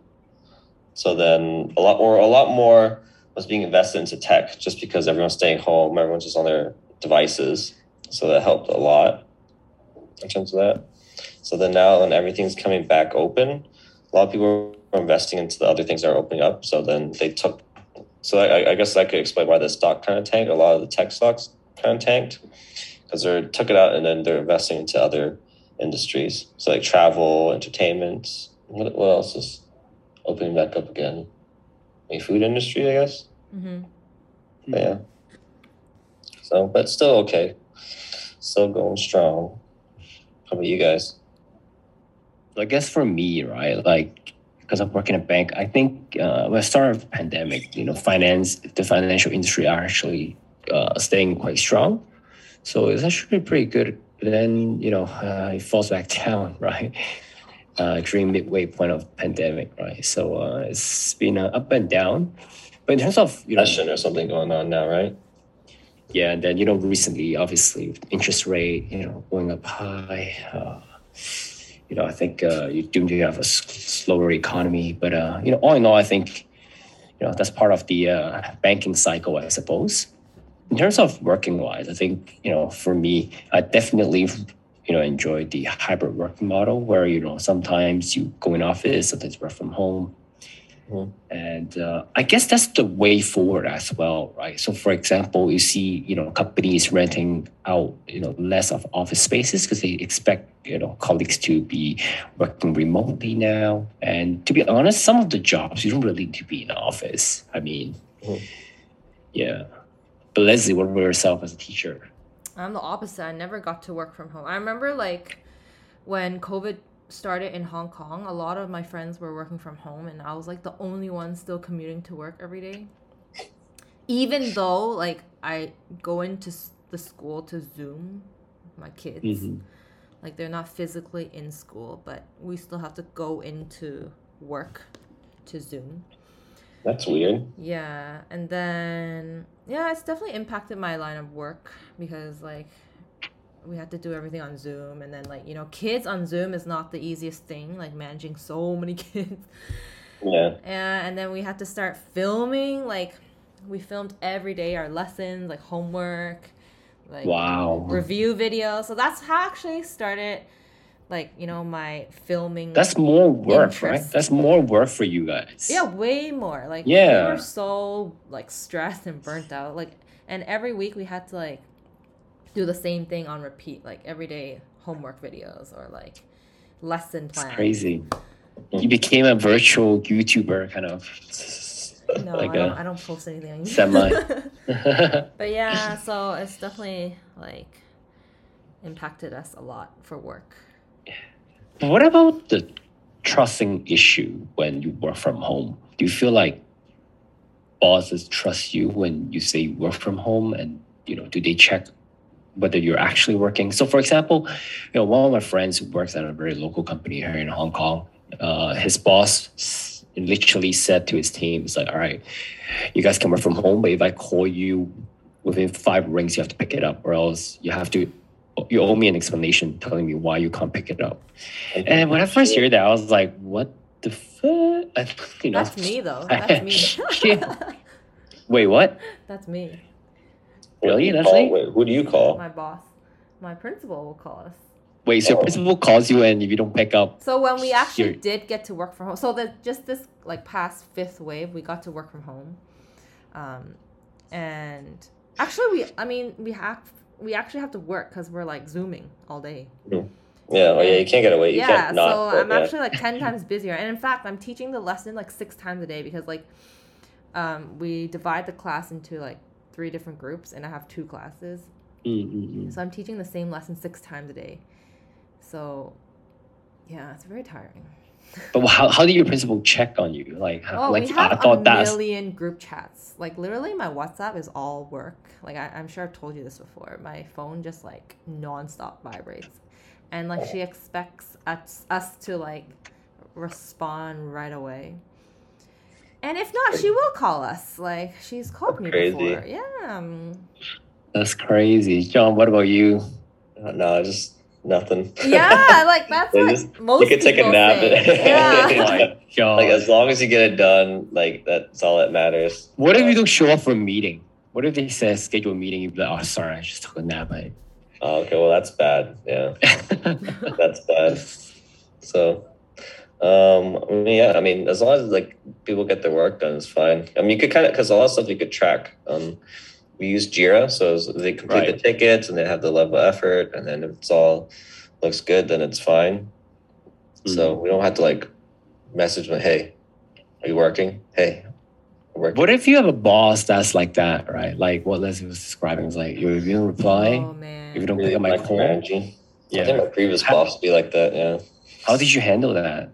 C: So then a lot more, a lot more was being invested into tech just because everyone's staying home. Everyone's just on their devices. So that helped a lot in terms of that. So then now when everything's coming back open, a lot of people are investing into the other things that are opening up. So then they took so I, I guess that could explain why the stock kind of tanked. A lot of the tech stocks kind of tanked because they took it out and then they're investing into other industries, so like travel, entertainment. What, what else is opening back up again? The food industry, I guess.
B: Mm-hmm.
C: But yeah. So, but still okay. Still going strong. How about you guys?
A: I guess for me, right, like because I'm working at a bank, I think uh, when I started the pandemic, you know, finance, the financial industry are actually uh, staying quite strong. So it's actually pretty good. But then, you know, uh, it falls back down, right? Uh, during midway point of pandemic, right? So uh, it's been uh, up and down. But in terms of, you know,
C: Recession or something going on now, right?
A: yeah, and then you know recently, obviously, with interest rate you know going up high. Uh, you know, I think uh, you do you have a s- slower economy, but uh, you know, all in all, I think you know that's part of the uh, banking cycle, I suppose. In terms of working wise, I think you know for me, I definitely you know enjoy the hybrid working model where you know sometimes you go in office, sometimes work from home.
C: Mhm.
A: And uh, I guess that's the way forward as well, right? So, for example, you see, you know, companies renting out, you know, less of office spaces because they expect, you know, colleagues to be working remotely now. And to be honest, some of the jobs you don't really need to be in the office. I mean,
C: Mhm.
A: yeah. But Leslie, what about yourself as a teacher?
B: I'm the opposite. I never got to work from home. I remember like when COVID started in Hong Kong, a lot of my friends were working from home, and I was like the only one still commuting to work every day. Even though like I go into s- the school to Zoom my kids,
A: Mm-hmm.
B: like they're not physically in school, but we still have to go into work to Zoom.
C: That's weird.
B: Yeah, and then yeah, it's definitely impacted my line of work because like we had to do everything on Zoom and then like, you know, kids on Zoom is not the easiest thing, like managing so many kids.
C: Yeah.
B: And, and then we had to start filming, like we filmed every day our lessons, like homework, like
A: Wow.
B: review videos. So that's how I actually started like, you know, my filming
A: That's more work, right?
B: Interest.
A: That's more work for you guys.
B: Yeah, way more. Like we
A: Yeah.
B: were so like stressed and burnt out. Like and every week we had to like do the same thing on repeat, like everyday homework videos or like lesson
A: It's
B: plans.
A: crazy. You became a virtual YouTuber kind of.
B: No,
A: Like
B: I, don't,
A: a
B: I don't post anything on YouTube.
A: semi.
B: but yeah, so it's definitely like impacted us a lot for work.
A: what about the trusting issue when you work from home? Do you feel like bosses trust you when you say you work from home and you know, do they check whether you're actually working? So for example, you know, one of my friends who works at a very local company here in Hong Kong, uh, his boss s- literally said to his team, "It's like, all right, you guys can work from home, but if I call you within five rings, you have to pick it up, or else you have to, you owe me an explanation telling me why you can't pick it up." And when I first heard that, I was like, "What the fuck?" I, you know,
B: That's me though. That's me.
A: Yeah. Wait, what?
B: That's me.
A: Really?
C: Who do you
A: That's
C: call-
A: it?
C: Wait, who do you call?
B: My boss, my principal will call us.
A: Wait, so your
C: Oh.
A: principal calls you, and if you don't pick up,
B: So when we actually
A: Shoot.
B: did get to work from home, so the, just this like past fifth wave, we got to work from home, um, and actually we, I mean, we have we actually have to work because we're like zooming all day.
C: Yeah, oh yeah, you can't get away. You
B: yeah,
C: can't not.
B: so
C: but
B: I'm
C: yeah.
B: actually like ten times busier, and in fact, I'm teaching the lesson like six times a day because like, um, we divide the class into like three different groups, and I have two classes,
A: Mm, mm, mm.
B: so I'm teaching the same lesson six times a day. So, yeah, it's very tiring.
A: but how, how did your principal check on you? Like, how,
B: Oh,
A: like
B: we have
A: I thought
B: a
A: that's
B: million group chats. Like literally, my WhatsApp is all work. Like I, I'm sure I've told you this before. My phone just like nonstop vibrates, and like
C: Oh.
B: she expects us, us to like respond right away. And if not, she will call us. Like she's called me
C: Crazy.
B: before. Yeah. um,
A: that's crazy, John. What about you?
C: Uh, No, just nothing.
B: Yeah, like that's
C: They
B: what
C: just-
B: most
C: you could take a
B: people
C: nap.
B: say.
A: Oh
B: Yeah.
A: my God.
C: like as long as you get it done, like that's all that matters.
A: What if you don't show up for a meeting? What if they say schedule a meeting? You'd be like, oh, sorry, I just took a nap. I-
C: Oh, okay, well that's bad. Yeah, that's bad. So, um, I mean, yeah, I mean, as long as like people get their work done, it's fine. I mean, you could kind of because a lot of stuff you could track. Um, we use Jira, so as- they complete the
A: Right.
C: tickets and they have the level of effort, and then if it's all looks good, then it's fine. So
A: Mm-hmm.
C: we don't have to like message them, hey, are you working? Hey, I'm working.
A: What if you have a boss that's like that, right? Like what Leslie was describing is like, if you don't reply,
B: Oh man.
A: if you don't pick up my call,
C: Micromanaging. I think
A: yeah.
C: my previous
A: How-
C: boss would be like that. Yeah.
A: How did you handle that?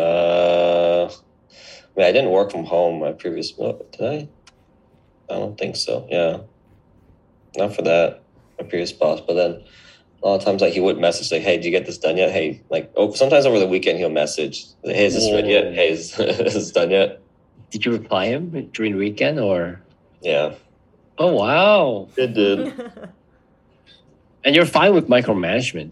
C: Uh, I mean, I didn't work from home. My previous what, did I? I don't think so. Yeah, not for that. My previous boss, but then a lot of times, like he would message like, "Hey, did you get this done yet?" Hey, like oh, sometimes over the weekend he'll message, "Hey, is this ready
A: Whoa.
C: yet? Hey, is, is this done yet?"
A: Did you reply him during the weekend or?
C: Yeah,
A: Oh wow!
C: it
A: And you're fine with micromanagement.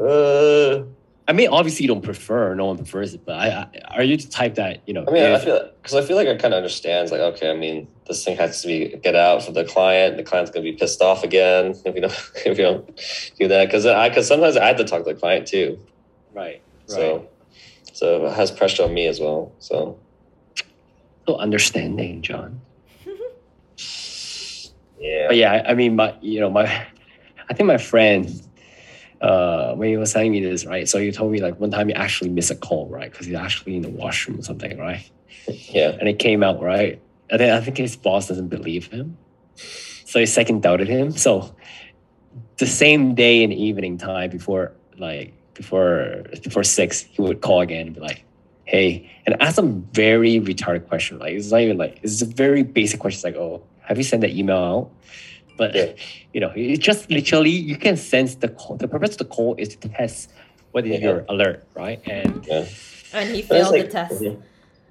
C: Uh,
A: I mean, obviously you don't prefer. No one prefers it, but I, I are you the type that you know?
C: I mean, I
A: if-
C: feel because I feel like I kind of understands. Like, okay, I mean, this thing has to be get out for the client. The client's gonna be pissed off again if you don't if you don't do that. Because I because sometimes I have to talk to the client too.
A: right, right. So,
C: So so it has pressure on me as well. So
A: understanding, John.
C: yeah,
A: But yeah, I- I mean, my you know my, I think my friend, uh, when he was telling me this, right? So he told me like one time he actually missed a call, right? Because he's actually in the washroom or something, right?
C: yeah.
A: and it came out right. And then I think his boss doesn't believe him, so he second doubted him. So the same day and evening time before like before before six, he would call again and be like, "Hey," and ask some very retarded question. Like it's not even like it's a very basic question. It's like, "Oh, have you sent that email out?" But
C: Yeah.
A: you know, it just literally you can sense the call. The purpose of the call is to test whether
C: Yeah.
A: you're alert, right? And
B: and he
C: But it's
B: failed the
C: like-
B: test.
C: mhm.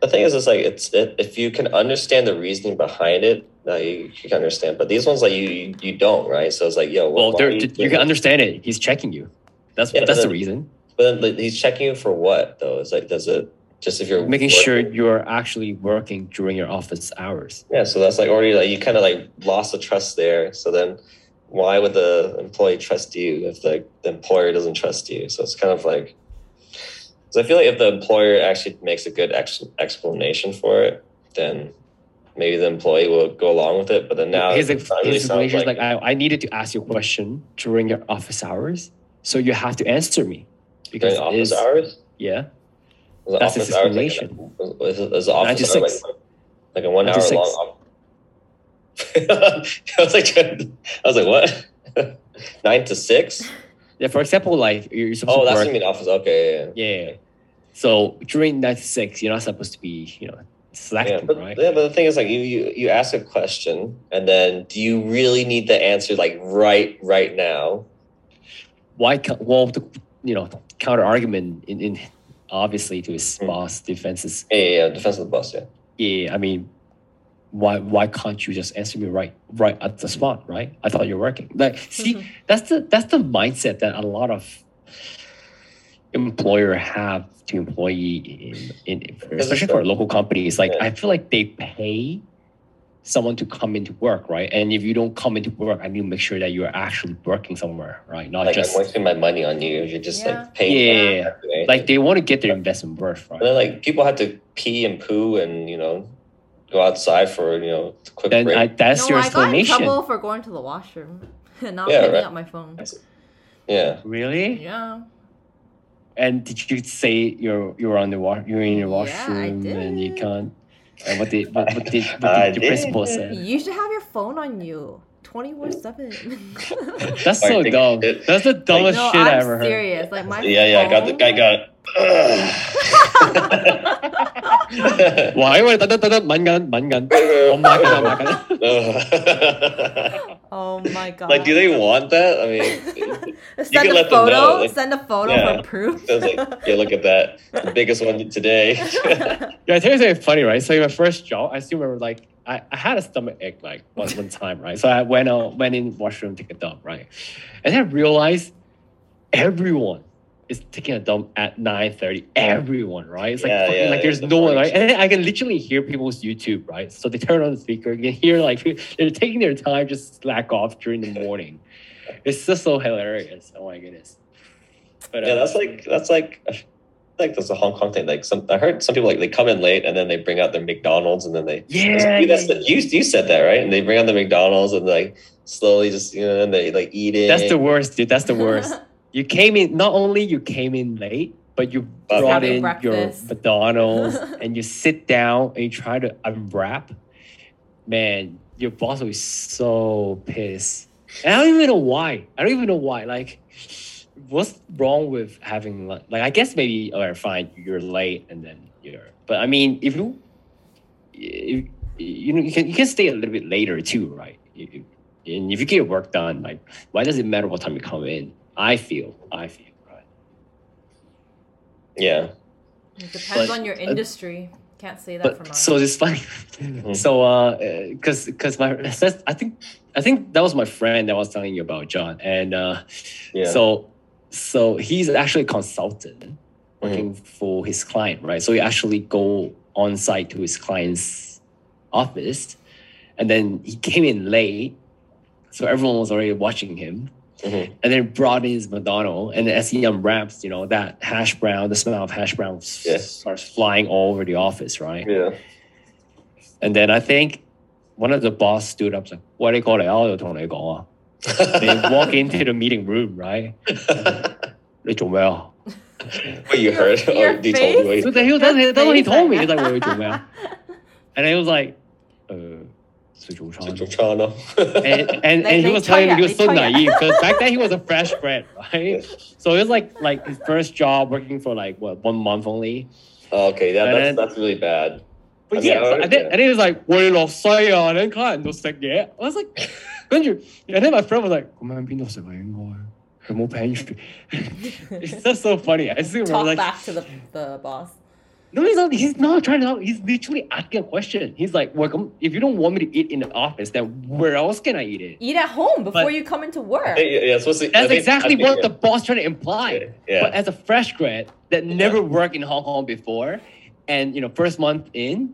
C: The thing is, it's like it's it, if you can understand the reasoning behind it, like, you, you can understand. But these ones, like you, you, you don't, right? So it's like, yo,
A: well,
C: why
A: there,
C: are
A: you
C: doing
A: can
C: this?
A: understand it. He's checking you. That's
C: Yeah, but
A: that's the
C: then-
A: reason.
C: But then like, he's checking you for what though? It's like, does it just if you're
A: making
C: working-
A: sure you're actually working during your office hours.
C: Yeah, so that's like already like you kind of like lost the trust there. So then, why would the employee trust you if like the employer doesn't trust you? So it's kind of like, so I feel like if the employer actually makes a good ex- explanation for it, then maybe the employee will go along with it. But then now
A: his
C: it
A: ex-
C: really
A: his
C: sounds
A: explanation is
C: like,
A: like, I, I needed to ask you a question during your office hours, so you have to answer me
C: during
A: because
C: office
A: it's
C: hours.
A: yeah.
C: The
A: That's
C: office
A: his
C: hours, like,
A: explanation.
C: an- was- was the
A: to
C: office hour, like,
A: six.
C: like a one
A: Nine
C: hour
A: to
C: long. op- I was like, trying to- I was like, what? Nine to six?
A: Yeah, for example, like you're supposed
C: Oh,
A: to
C: that's
A: work.
C: what you mean office. Okay, yeah. yeah.
A: yeah. So during that six, you're not supposed to be, you know,
C: Yeah,
A: selective,
C: but,
A: right?
C: yeah, but the thing is, like, you, you you ask a question, and then do you really need the answer like right right now?
A: Why? ca- Well, the, you know, counter argument in, in obviously to his
C: Hmm.
A: boss defenses.
C: Yeah, yeah, yeah, defense of the boss. Yeah,
A: Yeah, I mean, why why can't you just answer me right right at the spot? Right? I thought you were working. Like, see,
B: Mhm.
A: that's the that's the mindset that a lot of employer have to employee in, in especially for local companies like
C: Yeah.
A: i feel like they pay someone to come into work right and if you don't come into work i need to make sure that you're actually working somewhere right not
C: like
A: just
C: I'm wasting my money on you. You're just
B: Yeah.
C: like paying.
A: Yeah,
C: for
A: yeah, yeah.
C: everything.
A: like they want to get their investment worth right
C: and then like people have to pee and poo and you know go outside for you know a quick
A: then
C: break.
A: I, that's
B: no,
A: your
B: I got in
A: explanation
B: trouble for going to the washroom and not
C: Yeah,
B: picking
C: right.
B: up my phone.
C: yeah,
A: really
B: Yeah.
A: and did you say you're you're on the wa- you're in your
B: Yeah, I
A: washroom and you
B: did.
A: can't and what did what, what did what
C: I
A: did your principal
C: did.
A: say
B: You should have your phone on you 24 7.
A: That's
C: Like,
A: so
C: think-
A: dumb.
C: it-
A: That's the dumbest
B: no,
A: shit i
B: I'm
A: ever heard.
B: serious. Like my
C: yeah, yeah. I got the
B: phone-
C: guy got. Ugh.
A: Why would that that mangan mangan? Oh my god, oh my god.
C: Ugh.
B: oh my god.
C: like, do they want that? I mean,
B: send
C: can
B: a
C: let them
B: photo.
C: know, like-
B: send a photo
C: Yeah.
B: for proof.
C: I was like, yeah, look at that. The biggest one today.
A: Yeah, I tell you something funny, right? So in my first job, I still remember like I, I had a stomach ache like one, one time, right? So I went out, went in washroom, take a dump, right? And then I realized everyone is taking a dump at 9.30. Everyone, right? It's like
C: Yeah,
A: fucking,
C: yeah,
A: like
C: yeah,
A: there's
C: the
A: no one,
C: morning
A: right? And then I can literally hear people's YouTube, right? So they turn on the speaker, you can hear like they're taking their time just slack off during the morning. It's just so hilarious. Oh my goodness. But,
C: yeah,
A: uh,
C: that's like that's like I feel like that's a Hong Kong thing. Like some, I heard some people like they come in late and then they bring out their McDonald's and then they
A: yeah,
C: you,
A: yeah,
C: that's the- you you said that right and they bring out the McDonald's and like slowly just you know and they like eat it.
A: That's the worst, dude. That's the worst. you came in. Not only you came in late, but you
C: Buffet.
A: brought
B: Having
A: in
B: breakfast.
A: your McDonald's and you sit down and you try to unwrap. Man, your boss will be so pissed. And I don't even know why. I don't even know why. Like, what's wrong with having lunch? Like, I guess maybe all right, fine. You're late, and then you're. But I mean, if you, if, you know, you can you can stay a little bit later too, right? If- if- And if you get your work done, like, why does it matter what time you come in? I feel, I feel, right?
C: yeah.
B: It depends
A: But-
B: on your industry. Can't say that for mine.
A: but so it's funny.
C: Mm-hmm.
A: so uh, because because my that's, I think I think that was my friend that I was telling you about John, and uh,
C: Yeah.
A: so so he's actually a consultant working
C: Mm-hmm.
A: for his client, right? So he actually go on site to his client's office, and then he came in late, so everyone was already watching him.
C: Mhm.
A: And then brought in his McDonald, and as he unwraps, you know that hash brown, the smell of hash brown s-
C: Yes.
A: starts flying all over the office, right?
C: yeah.
A: And then I think one of the boss stood up like, what they call it? I'll They walk into the meeting room, right? They do well.
C: what you
B: Your-
C: heard?
B: your
C: oh, you told me. what you-
A: So that he, that's, that's what he told me. He's like, well, well. And he was like, uh, 水煮汤。
C: Chano.
A: and and,
B: Like,
A: and he
B: they
A: was
B: try
A: telling me
B: it,
A: he was
B: they
A: so
B: try it.
A: naive because back then he was a fresh grad, right? So it was like like his first job working for like what one month only.
C: oh, okay, yeah,
A: And
C: that's
A: then-
C: that's really bad.
A: But
C: I
A: yeah,
C: mean, I
A: so-
C: already-
A: and, then, and he was like, "What you lost, and then client was like, "Yeah." I was like, "Andrew," and then my friend was like, "我们邊度食啊？應該佢冇 pantry." It's just so funny. I still
B: Talk
A: remember like,
B: back to the, the boss.
A: no, he's not. He's not trying to help. He's literally asking a question. He's like, "Well, come- if you don't want me to eat in the office, then where else can I eat it?"
B: Eat at home before
A: But-
B: you come into work.
C: Hey, yeah, yeah, it's supposed to- I
A: That's
C: think-
A: exactly
C: I think-
A: what the boss trying to imply.
C: Yeah.
A: But as a fresh grad that never worked in Hong Kong before, and you know, first month in,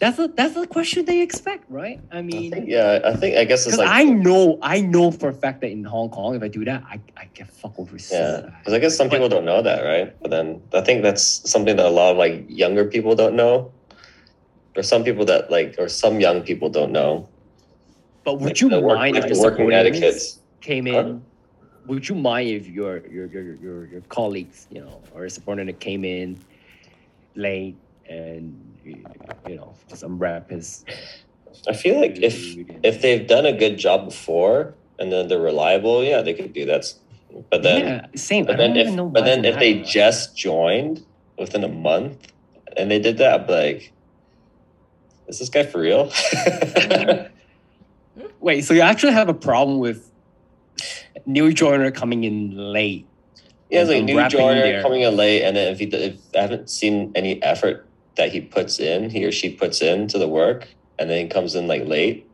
A: that's a that's a question they expect, right? I
C: I
A: mean,
C: think- yeah, I think I guess it's
A: Because
C: like
A: I know, I know for a fact that in Hong Kong, if I do that, I, I get fuck over so
C: yeah,
A: bad.
C: because I guess some people don't know that, right? But then I think that's something that a lot of like younger people don't know, or some people that like, or some young people don't know.
A: But would
C: Like,
A: you
C: the work-
A: mind if
C: like,
A: your
C: the working
A: subordinates
C: etiquettes?
A: came in?
C: Huh?
A: Would you mind if your your, your your your your colleagues, you know, or a subordinate came in late and you know just unwrap his.
C: I feel like if if they've done a good job before and then they're reliable, yeah, they could do that. But then,
A: yeah, same. I
C: but
A: don't
C: then
A: even
C: if
A: know
C: but
A: why
C: then
A: they
C: if they
A: have that.
C: just joined within a month and they did that, I'd be like, is this guy for real?
A: wait, so you actually have a problem with new joiner coming in late.
C: Yeah, it's like
A: I'm
C: new
A: wrapping
C: joiner
A: there.
C: coming in late, and if, he, if I haven't seen any effort that he puts in, he or she puts in to the work, and then he comes in like late,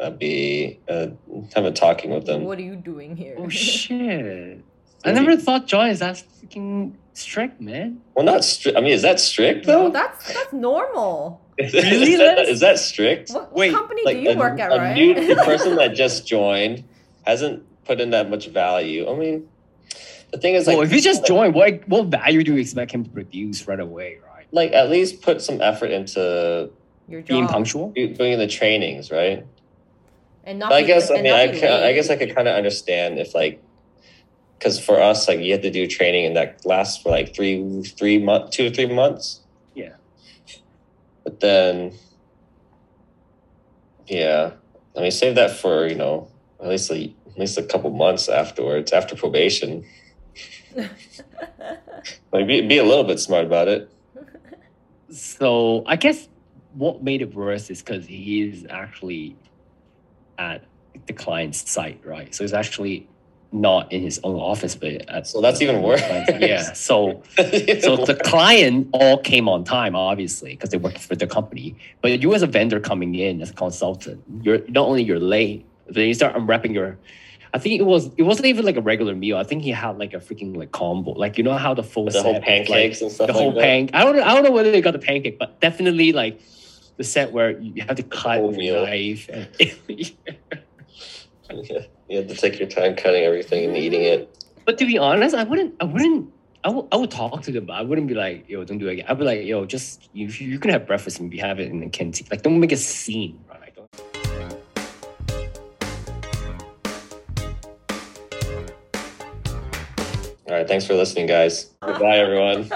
C: I'd be uh, kind of talking with them.
B: What are you doing here?
A: Oh shit! I never thought John is that freaking strict, man.
C: Well, not strict. I mean, is that strict
B: No,
C: though?
B: that's that's normal.
C: is,
A: Really,
C: that,
A: Les?
C: is that strict?
B: What, what
A: Wait,
B: company
C: Like
B: do you
C: a,
B: work at,
C: a
B: right?
C: new the person that just joined hasn't put in that much value. I mean, the thing is, like,
A: well, if you just join, what what value do you expect him to produce right away? Right?
C: like at least put some effort into
B: Your job.
A: Being punctual.
C: do- doing the trainings, right?
B: And not
C: But I
B: be-
C: guess I
B: and
C: mean
B: not
C: I,
B: be
C: ca- I
B: late.
C: guess I could kind of understand if like because for us like you had to do training and that lasts for like three three month two or three months.
A: Yeah.
C: But then, yeah, I mean save that for you know at least a, at least a couple months afterwards after probation. Like be be a little bit smart about it.
A: So I guess what made it worse is because he is actually at the client's site, right? So he's actually not in his own office, but at
C: So that's even worse.
A: yeah. So so the client all came on time, obviously, because they work for the company. But you as a vendor coming in as a consultant, you're not only you're late, but then you start unwrapping your. I think it was it wasn't even like a regular meal. I think he had like a freaking like combo, like you know how the full
C: the
A: set
C: whole
A: is, like,
C: pancakes and stuff.
A: the whole
C: like that.
A: pancake. I don't know. I don't know whether they got the pancake, but definitely like the set where you have to cut
C: Whole
A: with a
C: meal.
A: knife. And
C: you had to take your time cutting everything and eating it.
A: but to be honest, I wouldn't. I wouldn't. I would- I would talk to them, but I wouldn't be like, yo, don't do it again. I'd be like, yo, just you, you can have breakfast and we have it in the canteen. Like, don't make a scene, right? Don't-
C: All right, thanks for listening, guys. Goodbye, everyone.